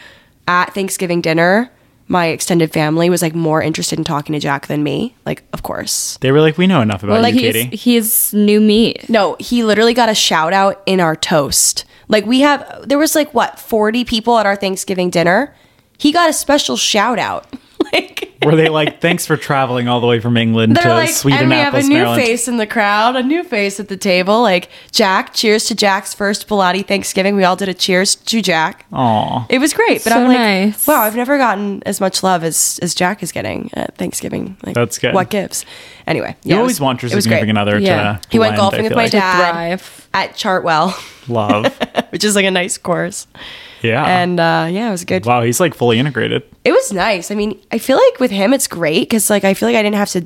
Speaker 2: at Thanksgiving dinner, my extended family was like more interested in talking to Jack than me. Like, of course.
Speaker 3: They were like, we know enough about
Speaker 1: Like he's
Speaker 3: you, Katie.
Speaker 1: he's new meat.
Speaker 2: No, he literally got a shout out in our toast. Like, we have, there was like, what, 40 people at our Thanksgiving dinner? He got a special shout out. like,
Speaker 3: Were they like, thanks for traveling all the way from England to
Speaker 2: They're like,
Speaker 3: Sweden,
Speaker 2: and we have a
Speaker 3: Apples,
Speaker 2: new
Speaker 3: Maryland?
Speaker 2: face in the crowd, a new face at the table. Like Jack, cheers to Jack's first Pilati Thanksgiving. We all did a cheers to Jack.
Speaker 3: Aw.
Speaker 2: It was great, but
Speaker 1: So
Speaker 2: I'm like,
Speaker 1: nice.
Speaker 2: wow, I've never gotten as much love as as Jack is getting at Thanksgiving. Like,
Speaker 3: That's good.
Speaker 2: What gives? Anyway, yeah,
Speaker 3: You
Speaker 2: it
Speaker 3: always
Speaker 2: was-
Speaker 3: want your
Speaker 2: it was
Speaker 3: significant
Speaker 2: great.
Speaker 3: other
Speaker 1: Yeah.
Speaker 3: to.
Speaker 2: He went
Speaker 3: blend,
Speaker 2: golfing
Speaker 3: I
Speaker 2: with
Speaker 3: feel
Speaker 2: my
Speaker 3: like.
Speaker 2: dad
Speaker 1: thrive.
Speaker 2: at Chartwell,
Speaker 3: Love.
Speaker 2: which is like a nice course.
Speaker 3: Uh-huh. Yeah.
Speaker 2: And uh, yeah, it was good.
Speaker 3: Wow, he's like fully integrated.
Speaker 2: it was nice. I mean, I feel like with him, it's great because like I feel like I didn't have to.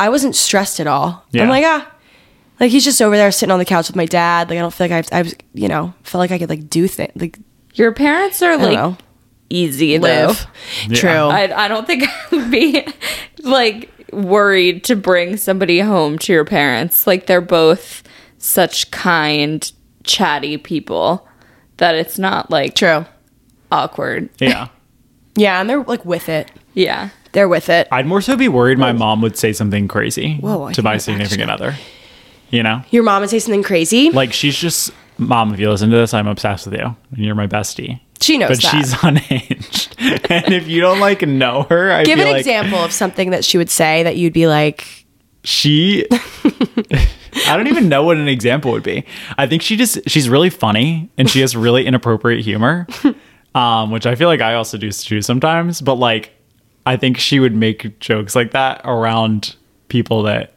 Speaker 2: I wasn't stressed at all.
Speaker 3: Yeah.
Speaker 2: I'm like ah, like he's just over there sitting on the couch with my dad. Like I don't feel like I, I was, you know, felt like I could like do things. Like
Speaker 1: Your parents are
Speaker 2: I don't
Speaker 1: like
Speaker 2: know,
Speaker 1: easy
Speaker 2: live.
Speaker 1: though.
Speaker 2: True.
Speaker 1: I, I don't think I would be like worried to bring somebody home to your parents. Like they're both such kind, chatty people that it's not like
Speaker 2: True.
Speaker 1: awkward.
Speaker 3: Yeah.
Speaker 2: Yeah, and they're like with it.
Speaker 1: Yeah.
Speaker 2: They're with it.
Speaker 3: I'd more so be worried my mom would say something crazy
Speaker 2: Whoa, I
Speaker 3: to my
Speaker 2: think I've
Speaker 3: significant other. You know?
Speaker 2: Your mom would say something crazy.
Speaker 3: Like she's just mom, if you listen to this, I'm obsessed with you. And you're my bestie.
Speaker 2: she knows
Speaker 3: But
Speaker 2: that.
Speaker 3: she's unhinged. and if you don't like know her, I
Speaker 2: Give
Speaker 3: feel
Speaker 2: an
Speaker 3: like
Speaker 2: example of something that she would say that you'd be like,
Speaker 3: she I don't even know what an example would be. I think she just she's really funny and she has really inappropriate humor. Um, which I feel like I also do too sometimes, but like I think she would make jokes like that around people that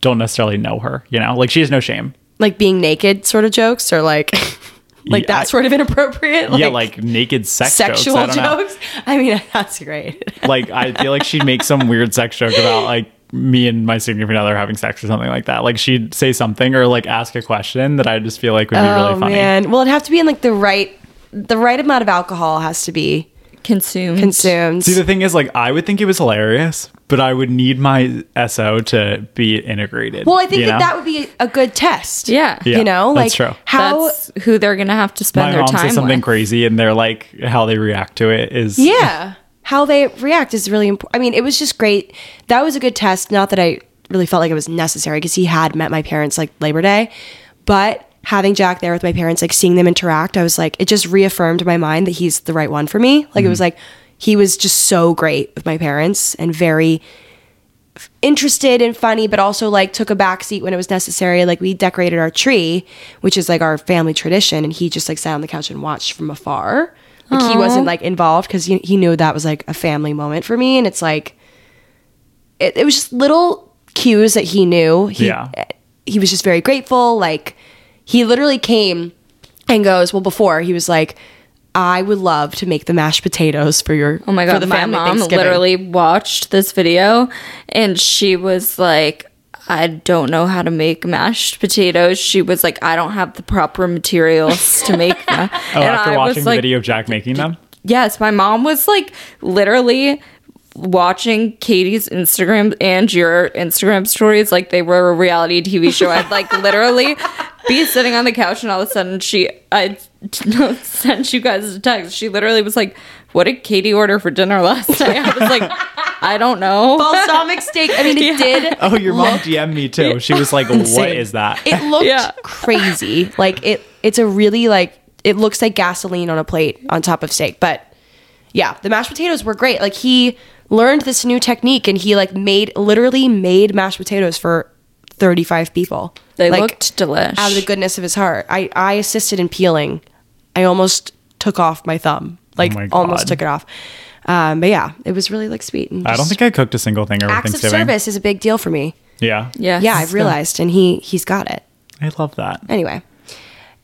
Speaker 3: don't necessarily know her, you know? Like she has no shame.
Speaker 2: like being naked sort of jokes or like, like
Speaker 3: Yeah, I-
Speaker 2: that sort of inappropriate.
Speaker 3: yeah, like naked sex
Speaker 2: sexual
Speaker 3: jokes. I don't know.
Speaker 2: jokes. I mean, that's great.
Speaker 3: Like I feel like she'd make some weird sex joke about like me and my significant other having sex or something like that. Like she'd say something or like ask a question that I just feel like would be really funny.
Speaker 2: Oh, man. Well, it'd have to be in like the right the right amount of alcohol has to be
Speaker 1: Consumed.
Speaker 2: consumed.
Speaker 3: See, the thing is, like, I would think it was hilarious, but I would need my SO to be integrated.
Speaker 2: well, I think
Speaker 3: you
Speaker 2: that
Speaker 3: know?
Speaker 2: that would be a good test.
Speaker 1: Yeah.
Speaker 3: Yeah,
Speaker 2: you know, like
Speaker 3: that's true.
Speaker 2: how
Speaker 1: That's who they're gonna have to spend
Speaker 3: my
Speaker 1: their
Speaker 3: mom
Speaker 1: time
Speaker 3: says something
Speaker 1: with.
Speaker 3: crazy, and they're like, how they react to it is
Speaker 2: yeah, how they react is really important. I mean, it was just great. That was a good test. Not that I really felt like it was necessary because he had met my parents like Labor Day, but having Jack there with my parents, like seeing them interact, I was like, it just reaffirmed in my mind that he's the right one for me. Like it was
Speaker 3: Mm-hmm.
Speaker 2: like he was just so great with my parents and very interested and funny, but also like took a backseat when it was necessary. Like we decorated our tree, which is like our family tradition, and he just like sat on the couch and watched from afar. Like he wasn't like involved because he, he knew that was like a family moment for me, and it's like it, it was just little cues that he knew. He, eh,
Speaker 3: Yeah.
Speaker 2: he was just very grateful. Like he literally came and goes. Well, before he was like. I would love to make the mashed potatoes for your
Speaker 1: Oh my
Speaker 2: for
Speaker 1: god,
Speaker 2: the
Speaker 1: my
Speaker 2: family
Speaker 1: mom
Speaker 2: Thanksgiving."
Speaker 1: literally watched this video and she was like I don't know how to make mashed potatoes. She was like I don't have the proper materials to make them.
Speaker 3: Oh,
Speaker 1: and
Speaker 3: after
Speaker 1: I
Speaker 3: watching
Speaker 1: was
Speaker 3: the
Speaker 1: like
Speaker 3: video of Jack making them.
Speaker 1: yes, my mom was like literally watching Katie's Instagram and your Instagram stories like they were a reality TV show. I'd like literally be sitting on the couch and all of a sudden she I sent you guys a text. She literally was like, "What did Katie order for dinner last night?" I was like, "I don't know."
Speaker 2: balsamic steak. I mean, it did.
Speaker 3: Oh, your mom DM'd me too. She was like, what is that?
Speaker 2: It looked
Speaker 1: Yeah.
Speaker 2: crazy. Like it. It's a really like. It looks like gasoline on a plate on top of steak, but Yeah, the mashed potatoes were great. Like he learned this new technique and he like made literally made mashed potatoes for 35 people.
Speaker 1: They
Speaker 2: Like,
Speaker 1: looked delish.
Speaker 2: out of the goodness of his heart. I I assisted in peeling. I almost took off my thumb. Like
Speaker 3: Oh my God.
Speaker 2: almost took it off. Um, but yeah, it was really like sweet. And
Speaker 3: I don't
Speaker 2: just-
Speaker 3: think I cooked a single thing over
Speaker 2: acts of
Speaker 3: Thanksgiving.
Speaker 2: service is a big deal for me.
Speaker 3: Yeah.
Speaker 1: Yes.
Speaker 2: Yeah, I've realized, and he he's got it.
Speaker 3: I love that.
Speaker 2: Anyway,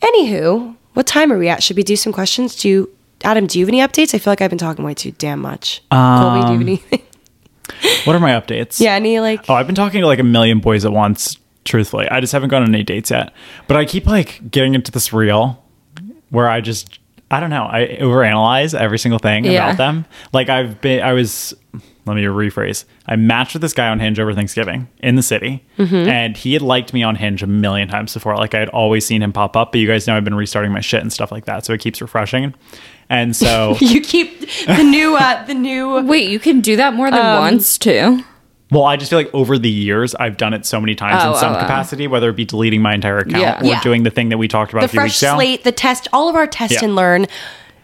Speaker 2: anywho, what time are we at? Should we do some questions? Do you, Adam? Do you have any updates? I feel like I've been talking way too damn much. Colby, do you have anything?
Speaker 3: What are my updates?
Speaker 2: yeah, any like?
Speaker 3: Um, Oh, I've been talking to like a million boys at once, truthfully. I just haven't gone on any dates yet. But I keep like getting into this reel where I just I don't know, I overanalyze every single thing
Speaker 1: Yeah.
Speaker 3: about them. Like I've been I was let me rephrase. I matched with this guy on Hinge over Thanksgiving in the city. And he had liked me on Hinge a million times before. Like I had always seen him pop up, but you guys know I've been restarting my shit and stuff like that. So it keeps refreshing. And so
Speaker 2: You keep the new uh, the new.
Speaker 1: Wait, you can do that more than
Speaker 2: Um,
Speaker 1: once too.
Speaker 3: Well, I just feel like over the years, I've done it so many times
Speaker 1: Oh,
Speaker 3: in some
Speaker 1: oh, oh.
Speaker 3: capacity, whether it be deleting my entire account
Speaker 1: Yeah.
Speaker 3: or
Speaker 2: Yeah.
Speaker 3: doing the thing that we talked about
Speaker 2: the
Speaker 3: a few
Speaker 2: fresh
Speaker 3: weeks ago.
Speaker 2: slate, the test, all of our test
Speaker 3: Yeah.
Speaker 2: and learn,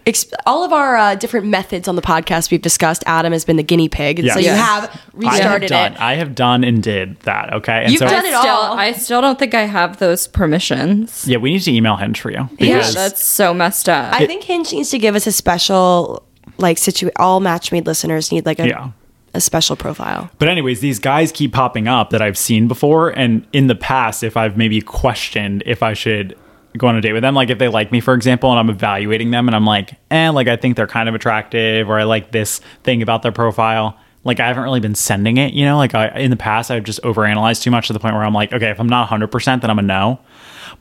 Speaker 2: exp- all of our uh, different methods on the podcast we've discussed. Adam has been the guinea pig, and so
Speaker 3: Yes.
Speaker 2: you
Speaker 3: Yes.
Speaker 2: have
Speaker 3: I have
Speaker 2: restarted
Speaker 3: done.
Speaker 2: it.
Speaker 3: I have done and did that. Okay, and
Speaker 2: You've
Speaker 3: so
Speaker 2: done it
Speaker 1: Still,
Speaker 2: all.
Speaker 1: I still don't think I have those permissions.
Speaker 3: yeah, we need to email Hinge for you.
Speaker 1: Yeah,
Speaker 3: because-
Speaker 1: that's so messed up.
Speaker 2: I think Hinge needs to give us a special like situ. All match made listeners need like a
Speaker 3: Yeah.
Speaker 2: a special profile.
Speaker 3: But anyways, these guys keep popping up that I've seen before, and in the past, if I've maybe questioned if I should go on a date with them, like if they like me, for example, and I'm evaluating them, and I'm like, eh, like I think they're kind of attractive, or I like this thing about their profile. Like I haven't really been sending it, you know. Like I, in the past, I've just overanalyzed too much to the point where I'm like, okay, if I'm not 100, percent then I'm a no.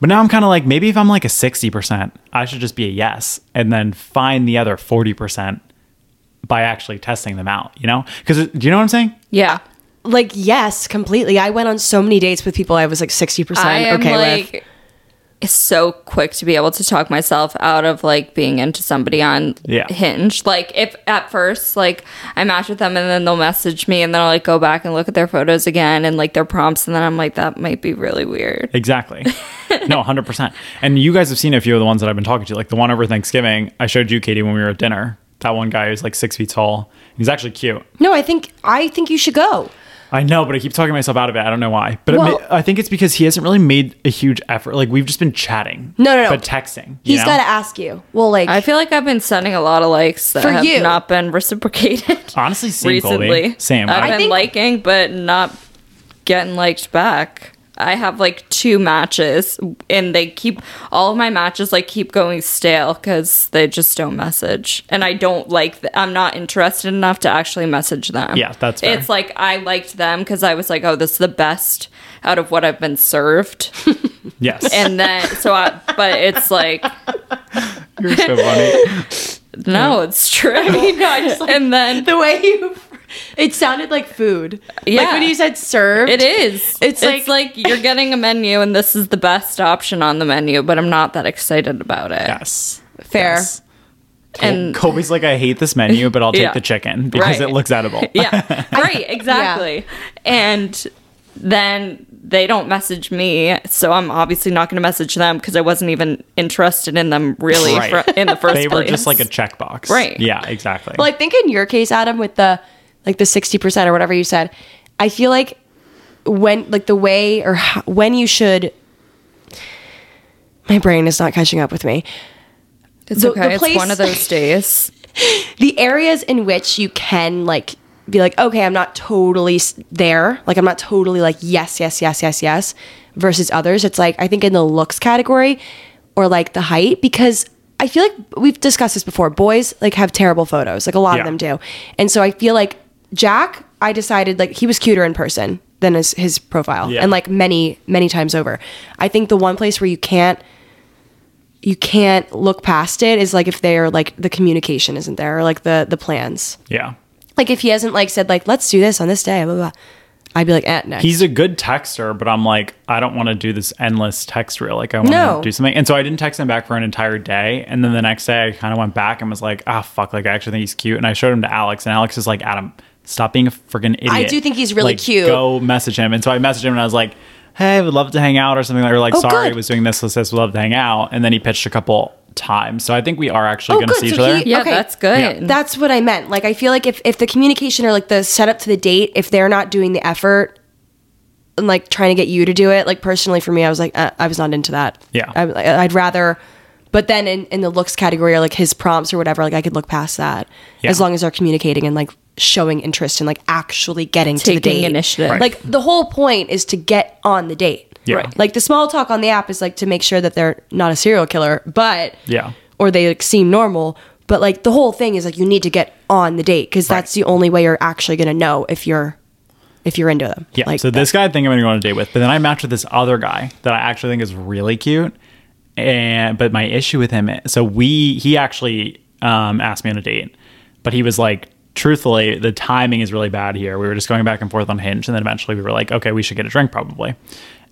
Speaker 3: But now I'm kind of like, maybe if I'm like a 60, percent I should just be a yes, and then find the other 40 percent by actually testing them out, you know? Because do you know what I'm saying?
Speaker 1: yeah.
Speaker 2: Like yes, completely. I went on so many dates with people I was like sixty
Speaker 1: I
Speaker 2: percent
Speaker 1: am
Speaker 2: okay with.
Speaker 1: like so quick to be able to talk myself out of like being into somebody on
Speaker 3: Yeah.
Speaker 1: Hinge. Like if at first like I match with them and then they'll message me and then I'll like go back and look at their photos again and like their prompts and then I'm like that might be really weird.
Speaker 3: Exactly. No, 100%. And you guys have seen a few of the ones that I've been talking to. Like the one over Thanksgiving, I showed you, Katie, when we were at dinner. That one guy who's like six feet tall. He's actually cute.
Speaker 2: No, I think I think you should go.
Speaker 3: I know, but I keep talking myself out of it. I don't know why. But it
Speaker 2: Well-
Speaker 3: ma- I think it's because he hasn't really made a huge effort. Like we've just been chatting.
Speaker 2: No, no, no.
Speaker 3: But texting. you
Speaker 2: He's
Speaker 3: know?
Speaker 2: got to ask you. Well, like
Speaker 1: I feel like I've been sending a lot of likes that
Speaker 2: For
Speaker 1: have
Speaker 2: you.
Speaker 1: not been reciprocated
Speaker 3: Honestly, same,
Speaker 1: recently.
Speaker 3: Colby. Same.
Speaker 1: I've
Speaker 3: I-
Speaker 1: been
Speaker 2: think-
Speaker 1: liking but not getting liked back. I have like two matches and they keep all of my matches like keep going stale cuz they just don't message and I don't like th- I'm not interested enough to actually message them.
Speaker 3: Yeah, that's fair.
Speaker 1: It's like I liked them cuz I was like oh this is the best out of what I've been served.
Speaker 3: yes.
Speaker 1: and then so I but it's like
Speaker 3: You're so funny.
Speaker 1: no, it's true. and then
Speaker 2: the way you it sounded like food like
Speaker 1: Yeah.
Speaker 2: when you said served
Speaker 1: It is. It's,
Speaker 2: It's like-
Speaker 1: like, you're getting a menu and this is the best option on the menu, but I'm not that excited about it.
Speaker 3: Yes.
Speaker 2: fair
Speaker 3: Yes.
Speaker 1: And
Speaker 3: Colby's like, I hate this menu, but I'll take
Speaker 1: Yeah.
Speaker 3: the chicken
Speaker 1: Right.
Speaker 3: because it looks edible.
Speaker 1: yeah, right, exactly. And then they don't message me, so I'm obviously not going to message them because I wasn't even interested in them really
Speaker 3: Right.
Speaker 1: fro- in the first
Speaker 3: They
Speaker 1: place.
Speaker 3: were just like a checkbox.
Speaker 1: Right.
Speaker 3: Yeah, exactly.
Speaker 2: well i think in your case adam with the like the 60% or whatever you said i feel like when like the way or ho- when you should my brain is not catching up with me
Speaker 1: it's
Speaker 2: the-
Speaker 1: okay.
Speaker 2: the place-
Speaker 1: it's one of those days.
Speaker 2: the areas in which you can like be like okay i'm not totally s- there like i'm not totally like yes yes yes yes yes versus others it's like i think in the looks category or like the height because i feel like we've discussed this before boys like have terrible photos like a lot of
Speaker 3: Yeah.
Speaker 2: them do and so i feel like jack i decided like he was cuter in person than his, his profile
Speaker 3: Yeah.
Speaker 2: and like many many times over i think the one place where you can't you can't look past it is like if they're like the communication isn't there or like the the plans
Speaker 3: yeah.
Speaker 2: like if he hasn't like said like let's do this on this day blah blah, blah i'd be like eh, no
Speaker 3: He's a good texter, but I'm like, I don't want to do this endless text reel. Like, I want to
Speaker 2: No.
Speaker 3: do something. And so I didn't text him back for an entire day. And then the next day, I kind of went back and was like, ah, fuck. Like, I actually think he's cute. And I showed him to Alex, and Alex is like, Adam, stop being a freaking idiot.
Speaker 2: do think he's really
Speaker 3: Like,
Speaker 2: cute.
Speaker 3: Go message him. And so I messaged him, and I was like, hey, would love to hang out or something. Or like,
Speaker 2: Oh,
Speaker 3: sorry,
Speaker 2: good.
Speaker 3: was doing this, this, this, would love to hang out. And then he pitched a couple time. So I think we are actually going to
Speaker 2: Oh, good.
Speaker 3: see each
Speaker 2: So
Speaker 3: other.
Speaker 2: he-
Speaker 1: Yeah,
Speaker 2: Okay.
Speaker 1: that's good.
Speaker 2: That's what I meant. Like I feel like if, if the communication or like the setup to the date, if they're not doing the effort and like trying to get you to do it, like personally for me, I was like uh, I was not into that.
Speaker 3: Yeah.
Speaker 2: I, I- I'd rather. But then in, in the looks category or like his prompts or whatever, like I could look past that
Speaker 3: Yeah.
Speaker 2: as long as they're communicating and like showing interest and like actually getting to the
Speaker 1: Taking
Speaker 2: date.
Speaker 1: initiative. Right.
Speaker 2: Like the whole point is to get on the date.
Speaker 3: Yeah. Right.
Speaker 2: Like the small talk on the app is like to make sure that they're not a serial killer, but
Speaker 3: Yeah.
Speaker 2: or they like seem normal but like the whole thing is like you need to get on the date because that's the only way you're actually going to know if you're if you're into them
Speaker 3: Yeah.
Speaker 2: like
Speaker 3: so this guy I think I'm gonna go on a date with, but then I match with this other guy that I actually think is really cute. And but my issue with him, so we he actually um, asked me on a date, but he was like, truthfully, the timing is really bad here. We were just going back and forth on Hinge, and then eventually we were like, okay, we should get a drink probably.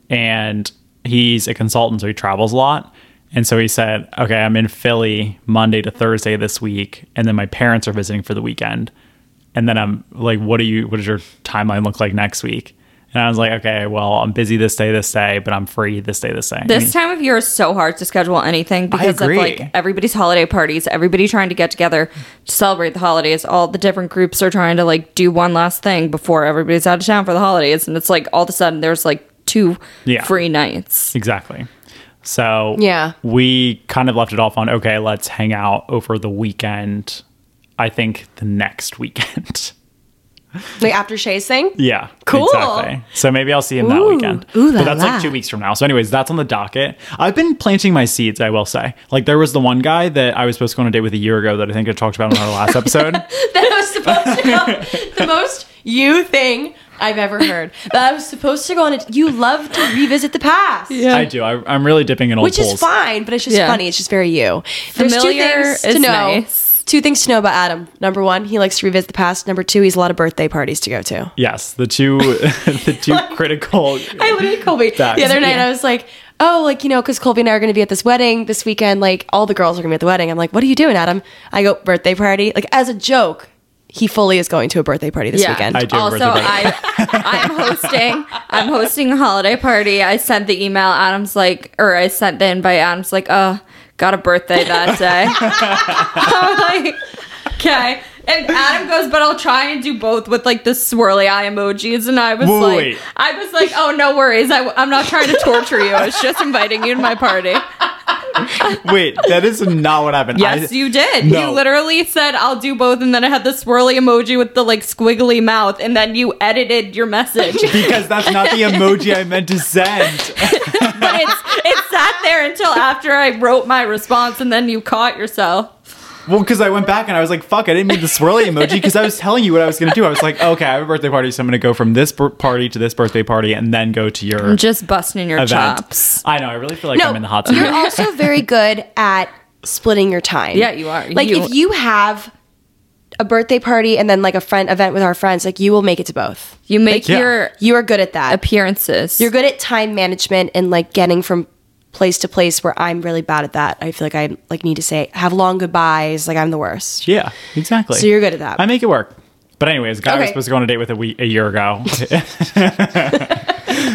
Speaker 3: And he's a consultant, so he travels a lot. And so he said, okay, I'm in Philly Monday to Thursday this week, and then my parents are visiting for the weekend. And then I'm like, what do you, what does your timeline look like next week? And I was like, okay, well, I'm busy this day, this day, but I'm free this day, this day. And
Speaker 1: This
Speaker 3: he-
Speaker 1: time of year is so hard to schedule anything because of
Speaker 3: agree.
Speaker 1: like everybody's holiday parties, everybody trying to get together to celebrate the holidays. All the different groups are trying to like do one last thing before everybody's out of town for the holidays, and it's like all of a sudden there's like two
Speaker 3: Yeah.
Speaker 1: free nights.
Speaker 3: Exactly. So
Speaker 2: Yeah.
Speaker 3: we kind of left it off on okay, let's hang out over the weekend. I think the next weekend.
Speaker 2: like after shay's thing
Speaker 3: yeah.
Speaker 2: Cool.
Speaker 3: Exactly. So maybe I'll see him that
Speaker 2: Ooh,
Speaker 3: weekend.
Speaker 2: ooh la
Speaker 3: but that's
Speaker 2: la.
Speaker 3: like two weeks from now. So, anyways, that's on the docket. I've been planting my seeds, I will say. Like there was the one guy that I was supposed to go on a date with a year ago that I think I talked about on our last episode.
Speaker 2: that was supposed to go, the most you thing i've ever heard that i was supposed to go on a you love to revisit the past yeah
Speaker 3: I do. I, I'm really dipping in old
Speaker 2: which
Speaker 3: pools.
Speaker 2: is fine but it's just
Speaker 1: Yeah.
Speaker 2: funny it's just very you There's
Speaker 1: Familiar is
Speaker 2: to know
Speaker 1: nice.
Speaker 2: two things to know about adam number one he likes to revisit the past number two he's a lot of birthday parties to go to
Speaker 3: Yes, the two, the two critical.
Speaker 2: I literally Colby
Speaker 3: Facts.
Speaker 2: the other night. I was like, oh, like you know, because Colby and I are going to be at this wedding this weekend. Like all the girls are going to be at the wedding. I'm like, what are you doing, Adam? I go birthday party. Like as a joke, he fully is going to a birthday party this weekend.
Speaker 3: I do
Speaker 1: also,
Speaker 3: remember
Speaker 1: I I'm hosting I'm hosting a holiday party. I sent the email. Adam's like, or I sent the invite. Adam's like, oh, got a birthday that day. I'm like, okay. And Adam goes, but I'll try and do both with like the swirly eye emojis. And I was
Speaker 3: Wait,
Speaker 1: like,
Speaker 3: wait.
Speaker 1: I was like, oh, no worries. I, am not trying to torture you. I was just inviting you to my party.
Speaker 3: Wait, that is not what happened.
Speaker 1: Yes,
Speaker 3: I-
Speaker 1: you did.
Speaker 3: No.
Speaker 1: You literally said, I'll do both. And then I had the swirly emoji with the like squiggly mouth. And then you edited your message.
Speaker 3: Because that's not the emoji I meant to send.
Speaker 1: but it's it sat there until after I wrote my response, and then you caught yourself.
Speaker 3: Well, because I went back and I was like, fuck, I didn't mean the swirly emoji because I was telling you what I was going to do. I was like, okay, I have a birthday party, so I'm going to go from this bir- party to this birthday party and then go to your
Speaker 1: Just busting your
Speaker 3: event.
Speaker 1: chops.
Speaker 3: I know, I really feel like I'm in the hot seat.
Speaker 2: You're also very good at splitting your time.
Speaker 1: Yeah, you are.
Speaker 2: Like
Speaker 1: You-
Speaker 2: if you have a birthday party and then like a friend event with our friends, like you will make it to both.
Speaker 1: You make
Speaker 3: Yeah.
Speaker 1: your
Speaker 2: You are good at that.
Speaker 1: appearances.
Speaker 2: You're good at time management and like getting from place to place where I'm really bad at that. I feel like I like need to say have long goodbyes, like I'm the worst.
Speaker 3: Yeah, exactly.
Speaker 2: So you're good at that.
Speaker 3: I make it work. But anyways, guy I was
Speaker 2: Okay.
Speaker 3: supposed to go on a date with a week, a year ago,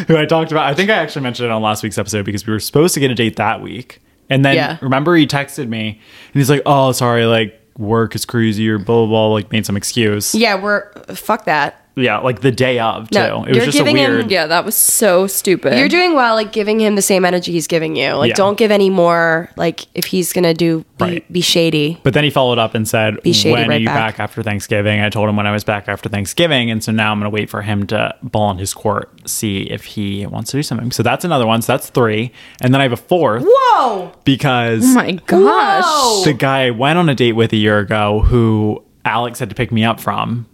Speaker 3: who I talked about. I think I actually mentioned it on last week's episode because we were supposed to get a date that week, and then
Speaker 2: Yeah.
Speaker 3: remember he texted me and he's like, "Oh, sorry, like work is crazy or blah blah blah," like made some excuse. Yeah,
Speaker 2: Yeah, we're fuck that.
Speaker 3: like the day of too.
Speaker 2: No,
Speaker 3: it was
Speaker 2: you're
Speaker 3: just a
Speaker 2: giving him-
Speaker 3: weird.
Speaker 1: yeah, that was so stupid.
Speaker 2: You're doing well like giving him the same energy he's giving you. Like
Speaker 3: Yeah.
Speaker 2: don't give any more like if he's going to do be,
Speaker 3: Right.
Speaker 2: be shady.
Speaker 3: But then he followed up and said,
Speaker 2: Be shady
Speaker 3: "When are
Speaker 2: right
Speaker 3: you
Speaker 2: back."
Speaker 3: back. after Thanksgiving?" I told him when I was back after Thanksgiving, and so now I'm going to wait for him to ball in his court, see if he wants to do something. So that's another one. So that's three, and then I have a fourth
Speaker 2: Whoa.
Speaker 3: because
Speaker 1: oh my gosh.
Speaker 2: Whoa.
Speaker 3: the guy I went on a date with a year ago, who Alex had to pick me up from,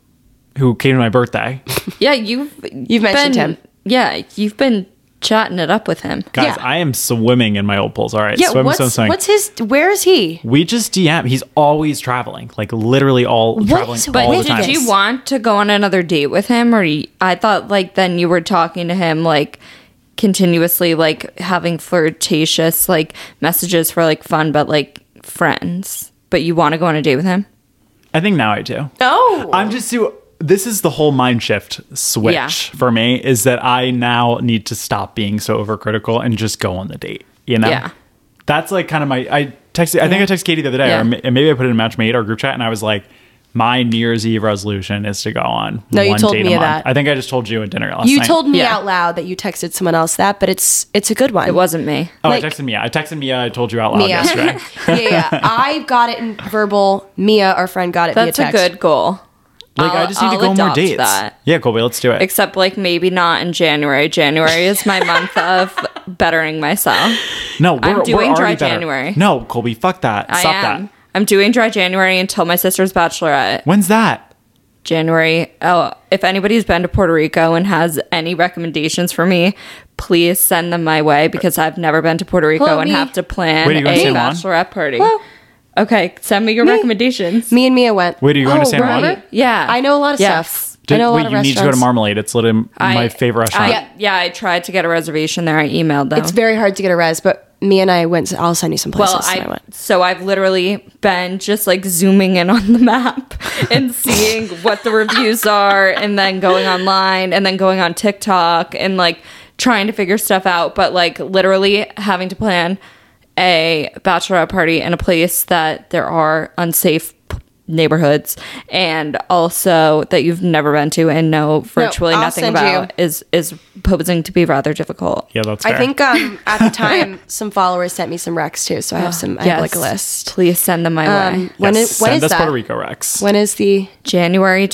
Speaker 3: who came to my birthday.
Speaker 1: Yeah, you've you've
Speaker 2: mentioned
Speaker 1: been-
Speaker 2: him.
Speaker 1: Yeah, you've been chatting it up with him.
Speaker 3: Guys,
Speaker 2: Yeah.
Speaker 3: I am swimming in my old pools. All right,
Speaker 2: Yeah,
Speaker 3: swim,
Speaker 2: what's
Speaker 3: swim, swim.
Speaker 2: what's his where is he?
Speaker 3: we just DM. He's always traveling, like literally all traveling
Speaker 2: is
Speaker 3: all
Speaker 1: But
Speaker 3: the time.
Speaker 1: did
Speaker 2: time.
Speaker 1: you want to go on another date with him, or you, I thought like then you were talking to him like continuously, like having flirtatious like messages for like fun, but like friends. But you want to go on a date with him?
Speaker 3: I think now I do.
Speaker 2: No.
Speaker 3: I'm just too. This is the whole mind shift switch
Speaker 1: Oh. Yeah.
Speaker 3: for me. Is that I now need to stop being so overcritical and just go on the date. You know,
Speaker 1: Yeah.
Speaker 3: that's like kind of my. I texted. I think I texted Katie the other day,
Speaker 1: Yeah.
Speaker 3: or ma- and maybe I put it in Match Made, our group chat, and I was like, "My New Year's Eve resolution is to go on."
Speaker 2: No, you
Speaker 3: one
Speaker 2: told
Speaker 3: date a
Speaker 2: me
Speaker 3: month."
Speaker 2: that.
Speaker 3: I think I just told you at dinner last
Speaker 2: You
Speaker 3: night.
Speaker 2: told me
Speaker 1: Yeah.
Speaker 2: out loud that you texted someone else that, but it's it's a good one.
Speaker 1: It wasn't me.
Speaker 3: Oh,
Speaker 2: like-
Speaker 3: I texted Mia. I texted Mia. I told you out loud yesterday.
Speaker 2: yeah, yeah. I got it in verbal. Mia, our friend, got it
Speaker 1: That's
Speaker 2: via
Speaker 1: a
Speaker 2: text.
Speaker 1: good goal.
Speaker 3: Like i
Speaker 1: I'll-
Speaker 3: just need to
Speaker 1: I'll
Speaker 3: go on more
Speaker 1: adopt
Speaker 3: dates.
Speaker 1: that.
Speaker 3: Yeah, Colby, let's do it.
Speaker 1: Except like maybe not in January. January is my month of bettering myself.
Speaker 3: no, we're,
Speaker 1: I'm
Speaker 3: we're
Speaker 1: doing dry
Speaker 3: already better.
Speaker 1: January.
Speaker 3: No, Colby, fuck that.
Speaker 1: I
Speaker 3: Stop
Speaker 1: am.
Speaker 3: that.
Speaker 1: I'm doing dry January until my sister's bachelorette.
Speaker 3: When's that?
Speaker 1: January. Oh, if anybody's been to Puerto Rico and has any recommendations for me, please send them my way because I've never been to Puerto Rico
Speaker 2: Hello,
Speaker 1: and
Speaker 2: me.
Speaker 1: have to plan
Speaker 3: Wait, are you
Speaker 1: a
Speaker 3: going to San Juan?
Speaker 1: bachelorette party.
Speaker 2: Hello.
Speaker 1: Okay, send me your recommendations.
Speaker 2: Me and Mia went.
Speaker 3: Wait, are you going
Speaker 2: Oh,
Speaker 3: to San Juan?
Speaker 2: remember?
Speaker 1: Yeah,
Speaker 2: I know a lot of
Speaker 1: Yes.
Speaker 2: stuff.
Speaker 3: Did-
Speaker 2: I know a lot
Speaker 3: wait,
Speaker 2: of
Speaker 3: you need to go to
Speaker 2: restaurants.
Speaker 3: Marmalade. It's literally my favorite restaurant.
Speaker 1: I, yeah, I tried to get a reservation there. I emailed them.
Speaker 2: It's very hard to get a res, but me and I went. To, I'll send you some places.
Speaker 1: well,
Speaker 2: that I
Speaker 1: I
Speaker 2: went.
Speaker 1: so I've literally been just like zooming in on the map and seeing what the reviews are, and then going online, and then going on TikTok, and like trying to figure stuff out. But like literally having to plan a bachelorette party in a place that there are unsafe p- neighborhoods, and also that you've never been to and know virtually
Speaker 2: I'll
Speaker 1: nothing
Speaker 2: send
Speaker 1: about is is posing to be rather difficult.
Speaker 3: Yeah, that's. Fair.
Speaker 2: I think um, at the time some followers sent me some recs too, so I have some. I have like a
Speaker 1: Yes.
Speaker 2: list.
Speaker 1: Please send them my way.
Speaker 2: Um, Oh, when
Speaker 3: Yes,
Speaker 2: is when
Speaker 3: send
Speaker 2: is
Speaker 3: us
Speaker 2: that?
Speaker 3: Puerto Rico Rex.
Speaker 2: When is the?
Speaker 1: January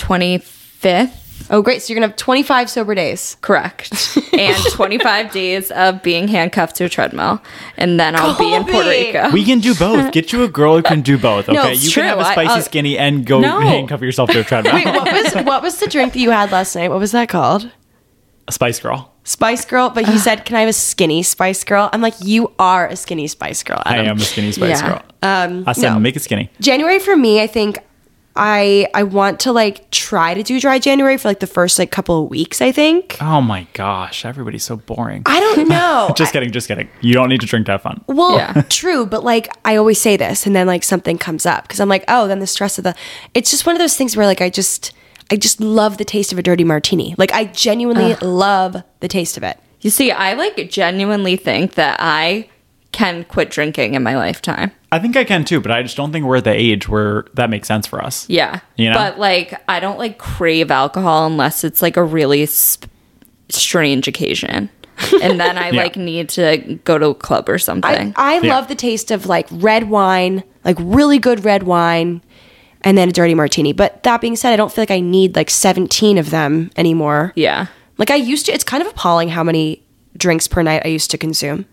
Speaker 1: 25th.
Speaker 2: Oh, great! So you're gonna have 25 sober days.
Speaker 1: Correct. And 25 days of being handcuffed to a treadmill. And then I'll be in Puerto
Speaker 2: Colby!
Speaker 1: Rico.
Speaker 3: We can do both. Get you a girl who can do both. Okay,
Speaker 1: it's
Speaker 3: you
Speaker 1: true.
Speaker 3: can have a
Speaker 1: I-
Speaker 3: spicy
Speaker 1: I'll-
Speaker 3: skinny and go
Speaker 1: No.
Speaker 3: handcuff yourself to a treadmill.
Speaker 2: uh, Wait, what was what was the drink that you had last night? What was that called?
Speaker 3: A Spice Girl.
Speaker 2: Spice Girl. But he said, "Can I have a skinny Spice Girl?" I'm like, "You are a skinny Spice Girl."
Speaker 3: I
Speaker 2: Adam."
Speaker 3: am a skinny Spice
Speaker 1: Yeah.
Speaker 3: Girl. Um, I said
Speaker 2: no.
Speaker 3: make it skinny.
Speaker 2: January for me, I think I I want to like try to do dry January for like the first like couple of weeks. I think
Speaker 3: Oh my gosh, everybody's so boring.
Speaker 2: I don't know.
Speaker 3: just kidding, just kidding. You don't need to drink to have fun.
Speaker 2: Well,
Speaker 1: Yeah.
Speaker 2: true, but like I always say this, and then like something comes up because I'm like, oh, then the stress of the. It's just one of those things where like I just, I just love the taste of a dirty martini. Like I genuinely love the taste of it.
Speaker 1: You see, I like genuinely think that I can quit drinking in my lifetime.
Speaker 3: I think I can too, but I just don't think we're at the age where that makes sense for us.
Speaker 1: Yeah.
Speaker 3: You know?
Speaker 1: But like, I don't like crave alcohol unless it's like a really sp- strange occasion. And then I
Speaker 3: Yeah.
Speaker 1: like need to go to a club or something.
Speaker 2: I, I
Speaker 3: Yeah.
Speaker 2: love the taste of like red wine, like really good red wine, and then a dirty martini. But that being said, I don't feel like I need like 17 of them anymore.
Speaker 1: yeah.
Speaker 2: Like I used to. It's kind of appalling how many drinks per night I used to consume.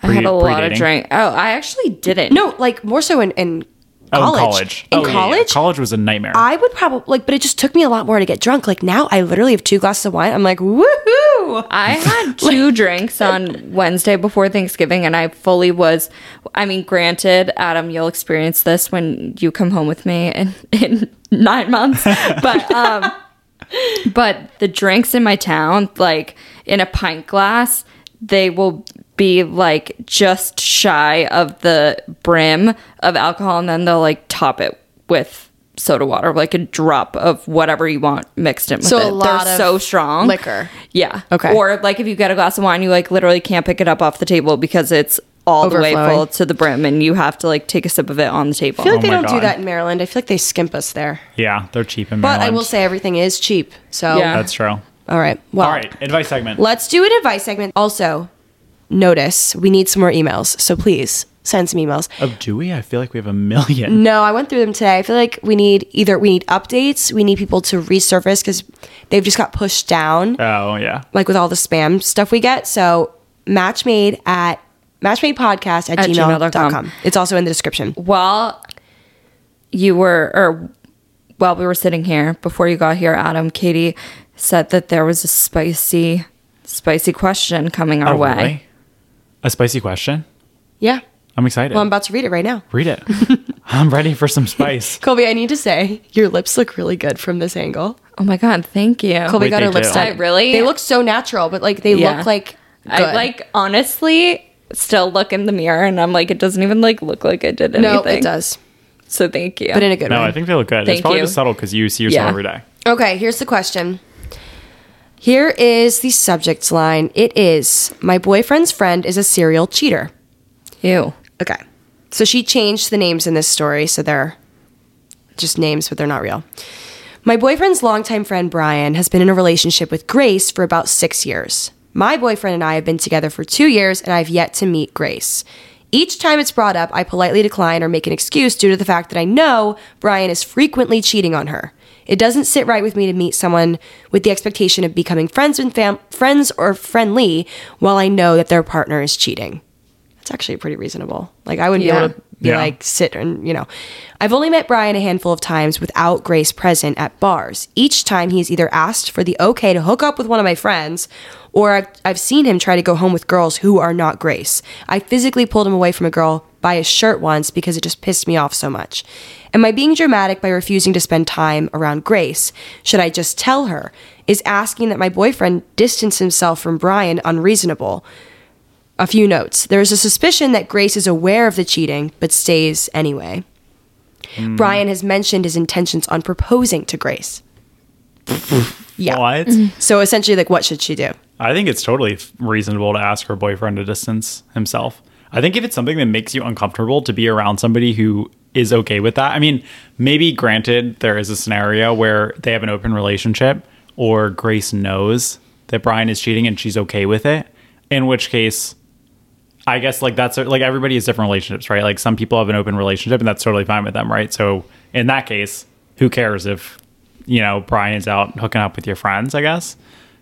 Speaker 1: I had
Speaker 3: Pre-
Speaker 1: a lot of
Speaker 3: predating.
Speaker 1: drink. Oh, I actually didn't.
Speaker 2: No, like more so in in
Speaker 3: Oh,
Speaker 2: college.
Speaker 3: in college.
Speaker 2: In
Speaker 3: Oh, yeah, yeah, yeah.
Speaker 2: college.
Speaker 3: College was a nightmare.
Speaker 2: I would probably like, but it just took me a lot more to get drunk. Like now, I literally have two glasses of wine. I'm like, woohoo!
Speaker 1: I had two drinks on Wednesday before Thanksgiving, and I fully was. I mean, granted, Adam, you'll experience this when you come home with me in, in nine months, but um, but the drinks in my town, like in a pint glass, they will be like just shy of the brim of alcohol, and then they'll like top it with soda water, like a drop of whatever you want mixed in with
Speaker 2: So a
Speaker 1: it.
Speaker 2: lot
Speaker 1: They're
Speaker 2: of
Speaker 1: so strong
Speaker 2: liquor.
Speaker 1: yeah.
Speaker 2: Okay.
Speaker 1: Or like if you get a glass of wine, you like literally can't pick it up off the table because it's all the way
Speaker 2: Overflowing.
Speaker 1: full to the brim, and you have to like take a sip of it on the table.
Speaker 2: I feel like they
Speaker 3: Oh my
Speaker 2: don't do
Speaker 3: God.
Speaker 2: that in Maryland. I feel like they skimp us there.
Speaker 3: yeah, they're cheap in
Speaker 2: But
Speaker 3: Maryland.
Speaker 2: I will say everything is cheap. So
Speaker 1: Yeah.
Speaker 3: that's true. All
Speaker 2: all right, well,
Speaker 3: right, advice segment.
Speaker 2: let's do an advice segment. Also, notice we need some more emails, so please send some emails.
Speaker 3: oh, do we? I feel like we have a
Speaker 1: Mm.
Speaker 3: million.
Speaker 2: No, I went through them today. I feel like we need either we need updates, we need people to resurface because they've just got pushed down.
Speaker 3: Oh yeah.
Speaker 2: like with all the spam stuff we get. So match made at matchmadepodcast at,
Speaker 1: At
Speaker 2: gmail.com.
Speaker 1: gmail.com.
Speaker 2: It's also in the description.
Speaker 1: while you were or while we were sitting here before you got here, Adam, Katie said that there was a spicy, spicy question coming our
Speaker 3: Oh,
Speaker 1: way.
Speaker 3: really? A spicy question.
Speaker 2: Yeah.
Speaker 3: I'm excited.
Speaker 2: Well, I'm about to read it right now.
Speaker 3: Read it. I'm ready for some spice.
Speaker 2: Colby, I need to say your lips look really good from this angle.
Speaker 1: Oh my god! Thank you.
Speaker 2: Colby
Speaker 3: Wait,
Speaker 2: got
Speaker 3: they
Speaker 2: her lips
Speaker 3: do.
Speaker 2: done.
Speaker 1: I really-
Speaker 2: They look so natural, but like they
Speaker 1: Yeah.
Speaker 2: look like
Speaker 1: I
Speaker 2: good.
Speaker 1: like honestly still look in the mirror and I'm like it doesn't even like look like I did anything.
Speaker 2: no, it does,
Speaker 1: So thank you.
Speaker 2: but in a good
Speaker 3: No,
Speaker 2: way.
Speaker 3: I think they look good.
Speaker 1: Thank
Speaker 3: it's probably
Speaker 1: you.
Speaker 3: just subtle because you see yourself
Speaker 1: Yeah.
Speaker 3: every day.
Speaker 2: Okay, here's the question. Here is the subject line. It is my boyfriend's friend is a serial cheater.
Speaker 1: you.
Speaker 2: Okay. So she changed the names in this story, so they're just names, but they're not real. My boyfriend's longtime friend Brian has been in a relationship with Grace for about six years. My boyfriend and I have been together for two years, and I've yet to meet Grace. Each time it's brought up, I politely decline or make an excuse due to the fact that I know Brian is frequently cheating on her. It doesn't sit right with me to meet someone with the expectation of becoming friends and fam- friends or friendly while I know that their partner is cheating. That's actually pretty reasonable. Like I wouldn't be
Speaker 1: Yeah.
Speaker 2: able to be
Speaker 3: Yeah.
Speaker 2: like sit and you know. I've only met Brian a handful of times without Grace present at bars. Each time he's either asked for the okay to hook up with one of my friends, or I've, I've seen him try to go home with girls who are not Grace. I physically pulled him away from a girl by his shirt once because it just pissed me off so much. Am I being dramatic by refusing to spend time around Grace? Should I just tell her? Is asking that my boyfriend distance himself from Brian unreasonable? A few notes. There is a suspicion that Grace is aware of the cheating, but stays anyway.
Speaker 3: Hmm.
Speaker 2: Brian has mentioned his intentions on proposing to Grace. yeah.
Speaker 3: What?
Speaker 2: So essentially, like, what should she do?
Speaker 3: I think it's totally f- reasonable to ask her boyfriend to distance himself. I think if it's something that makes you uncomfortable to be around somebody who is okay with that, I mean, maybe granted, there is a scenario where they have an open relationship or Grace knows that Brian is cheating and she's okay with it, in which case, I guess like that's like everybody has different relationships, right? Like some people have an open relationship and that's totally fine with them, right? So in that case, who cares if you know Brian's out hooking up with your friends? I guess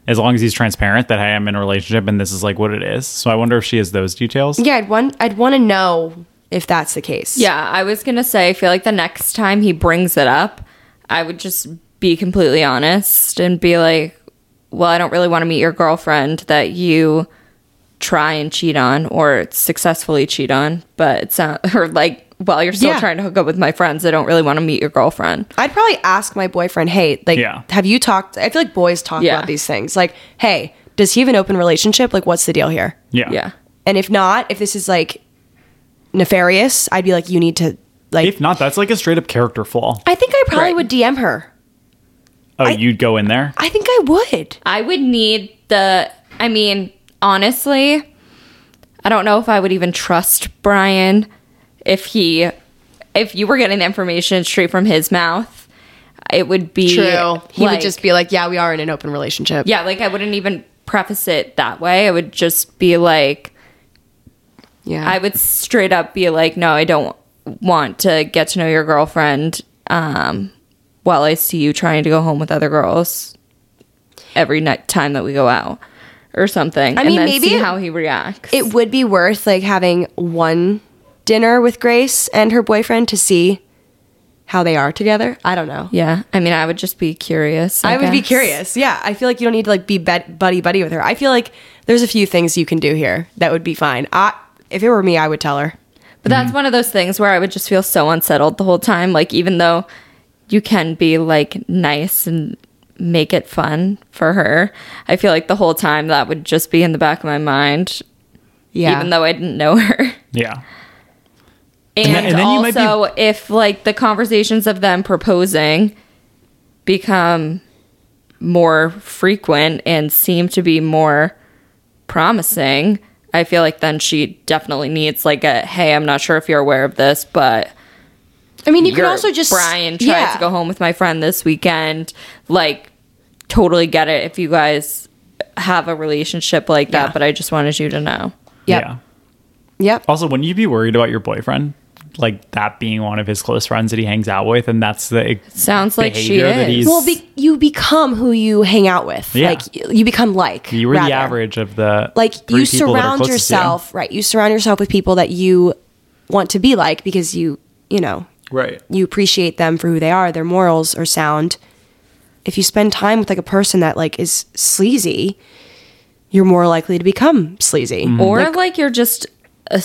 Speaker 3: as long as he's transparent that hey, I'm in a relationship and this is like what it is. So I wonder if she has those details.
Speaker 2: Yeah, I'd want, I'd want to know if that's the case.
Speaker 1: Yeah, I was gonna say, I feel like the next time he brings it up, I would just be completely honest and be like, well, I don't really want to meet your girlfriend that you try and cheat on or successfully cheat on, but it's not, or like, well, you're still
Speaker 2: Yeah.
Speaker 1: trying to hook up with my friends. I don't really want to meet your girlfriend.
Speaker 2: I'd probably ask my boyfriend, hey, like,
Speaker 3: Yeah.
Speaker 2: have you talked? I feel like boys talk
Speaker 1: Yeah.
Speaker 2: about these things. Like, hey, does he have an open relationship? Like, what's the deal here?
Speaker 3: Yeah.
Speaker 1: Yeah.
Speaker 2: And if not, if this is like nefarious, I'd be like, you need to, like,
Speaker 3: If not, that's like a straight up character flaw.
Speaker 2: I think I probably
Speaker 1: Right.
Speaker 2: would DM her.
Speaker 3: Oh, you'd go in there.
Speaker 2: I think I would.
Speaker 1: I would need the, I mean, honestly, I don't know if I would even trust Brian if he, if you were getting the information straight from his mouth, it would be
Speaker 2: He
Speaker 1: like-
Speaker 2: would just be like, yeah, we are in an open relationship.
Speaker 1: yeah, like I wouldn't even preface it that way. I would just be like,
Speaker 2: Yeah.
Speaker 1: I would straight up be like, no, I don't want to get to know your girlfriend um, while I see you trying to go home with other girls every night time that we go out or something. I
Speaker 2: mean,
Speaker 1: and then
Speaker 2: maybe
Speaker 1: see
Speaker 2: it-
Speaker 1: how he reacts.
Speaker 2: it would be worth like having one dinner with Grace and her boyfriend to see how they are together. I don't know.
Speaker 1: yeah, I mean, I would just be curious. I,
Speaker 2: I would be
Speaker 1: guess.
Speaker 2: curious. Yeah. I feel like you don't need to like be bed- buddy buddy with her. I feel like there's a few things you can do here that would be fine. I, if it were me, I would tell her.
Speaker 1: But that's one of those things where I would just feel so unsettled the whole time. Like, even though you can be like nice and make it fun for her, I feel like the whole time that would just be in the back of my mind,
Speaker 2: Yeah.
Speaker 1: even though I didn't know her.
Speaker 3: Yeah.
Speaker 1: And,
Speaker 3: then- and then you might be-
Speaker 1: also, if like the conversations of them proposing become more frequent and seem to be more promising, I feel like then she definitely needs like a hey, I'm not sure if you're aware of this, but
Speaker 2: I mean, you could
Speaker 1: your
Speaker 2: also just
Speaker 1: Brian tried
Speaker 2: yeah.
Speaker 1: to go home with my friend this weekend. Like, totally get it if you guys have a relationship like that,
Speaker 2: Yeah.
Speaker 1: but I just wanted you to know.
Speaker 2: Yep.
Speaker 3: Yeah.
Speaker 2: Yep.
Speaker 3: Also, wouldn't you be worried about your boyfriend? Like that being one of his close friends that he hangs out with, and that's the
Speaker 1: Sounds like she
Speaker 3: behavior that
Speaker 1: is.
Speaker 3: he's-
Speaker 2: Well, be- you become who you hang out with.
Speaker 3: Yeah.
Speaker 2: Like y- you become like.
Speaker 3: You were
Speaker 2: rather.
Speaker 3: the average of the
Speaker 2: Like
Speaker 3: three
Speaker 2: you
Speaker 3: people that are
Speaker 2: surround
Speaker 3: closest to you.
Speaker 2: yourself, right? You surround yourself with people that you want to be like because you, you know,
Speaker 3: right?
Speaker 2: you appreciate them for who they are. Their morals are sound. If you spend time with like a person that like is sleazy, you're more likely to become sleazy.
Speaker 3: Mm-hmm.
Speaker 1: or like, you're just a,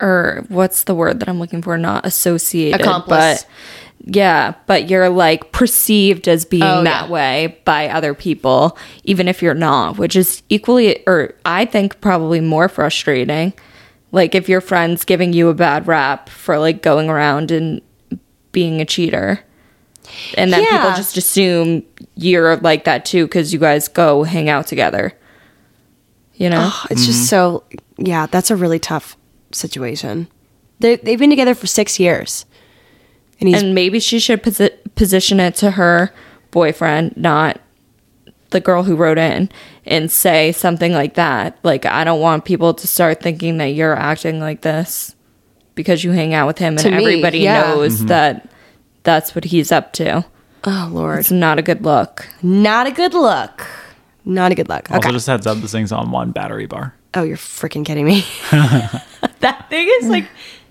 Speaker 1: or what's the word that I'm looking for? Not associated,
Speaker 2: Accomplice.
Speaker 1: but yeah, but you're like perceived as being
Speaker 2: Oh,
Speaker 1: that
Speaker 2: yeah.
Speaker 1: way by other people, even if you're not, which is equally or I think probably more frustrating. Like if your friend's giving you a bad rap for like going around and being a cheater. And then people
Speaker 2: Yeah.
Speaker 1: just assume you're like that too because you guys go hang out together. You know?
Speaker 3: Mm-hmm.
Speaker 2: It's just so yeah, that's a really tough situation. They, they've been together for six years. And he's
Speaker 1: and maybe she should posi- position it to her boyfriend, not the girl who wrote in, and say something like that. Like, I don't want people to start thinking that you're acting like this because you hang out with him, and
Speaker 2: To me,
Speaker 1: everybody
Speaker 2: yeah.
Speaker 1: knows
Speaker 3: Mm-hmm.
Speaker 1: that that's what he's up to.
Speaker 2: oh lord,
Speaker 1: It's not a good look.
Speaker 2: not a good look. Not a good look.
Speaker 3: Also,
Speaker 2: Okay.
Speaker 3: just heads up, this thing's on one battery bar.
Speaker 2: oh, you're freaking kidding me. that thing is like,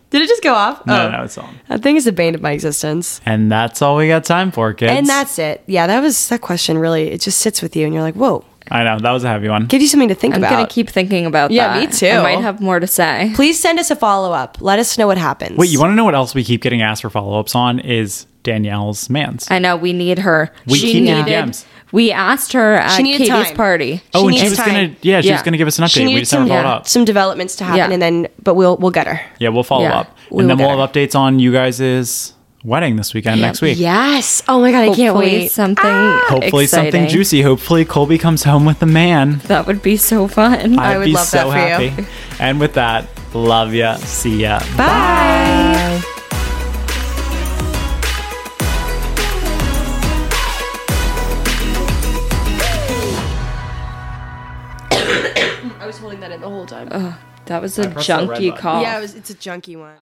Speaker 2: did it just go off?
Speaker 3: No,
Speaker 2: oh.
Speaker 3: no, it's on.
Speaker 2: That thing is the bane of my existence.
Speaker 3: And that's all we got time for, kids.
Speaker 2: and that's it. Yeah, that was that question. Really, it just sits with you, and you're like, whoa.
Speaker 3: I know that was a heavy one.
Speaker 2: Gives you something to think
Speaker 1: I'm
Speaker 2: about.
Speaker 1: gonna keep thinking about that.
Speaker 2: Yeah, me too.
Speaker 1: I might have more to say.
Speaker 2: Please send us a follow up. Let us know what happens.
Speaker 3: Wait, you want to know what else we keep getting asked for follow ups on? Is Danielle's man's?
Speaker 1: I know we need her.
Speaker 3: We keep getting DMs.
Speaker 1: We asked her at
Speaker 2: She needed
Speaker 1: Katie's
Speaker 2: time.
Speaker 1: party.
Speaker 3: oh, and she
Speaker 2: needs
Speaker 3: was
Speaker 2: time.
Speaker 3: gonna, yeah, she
Speaker 1: Yeah.
Speaker 3: was gonna give us an
Speaker 2: She
Speaker 3: update. We
Speaker 2: needed
Speaker 3: just
Speaker 2: some,
Speaker 3: never followed
Speaker 1: yeah.
Speaker 3: up.
Speaker 2: some developments to happen,
Speaker 1: Yeah.
Speaker 2: and then but we'll we'll get her.
Speaker 3: Yeah, we'll follow
Speaker 1: Yeah,
Speaker 3: up,
Speaker 1: we
Speaker 3: and then
Speaker 1: will
Speaker 3: we'll have
Speaker 1: get
Speaker 3: updates on you guys' wedding this weekend, next week.
Speaker 2: Yes. Oh my god, I can't
Speaker 1: Hopefully
Speaker 2: wait.
Speaker 1: Something.
Speaker 3: Hopefully, something
Speaker 1: exciting.
Speaker 3: juicy. Hopefully, Colby comes home with a man.
Speaker 1: That would be so fun.
Speaker 3: I'd
Speaker 2: would
Speaker 3: be
Speaker 2: love that
Speaker 3: so
Speaker 2: for you.
Speaker 3: happy. and with that, love ya, see ya,
Speaker 2: Bye. I was holding that in the whole time.
Speaker 1: that was a
Speaker 3: pressed the red
Speaker 1: junky
Speaker 3: button.
Speaker 1: call.
Speaker 2: Yeah, it was, it's a junky one.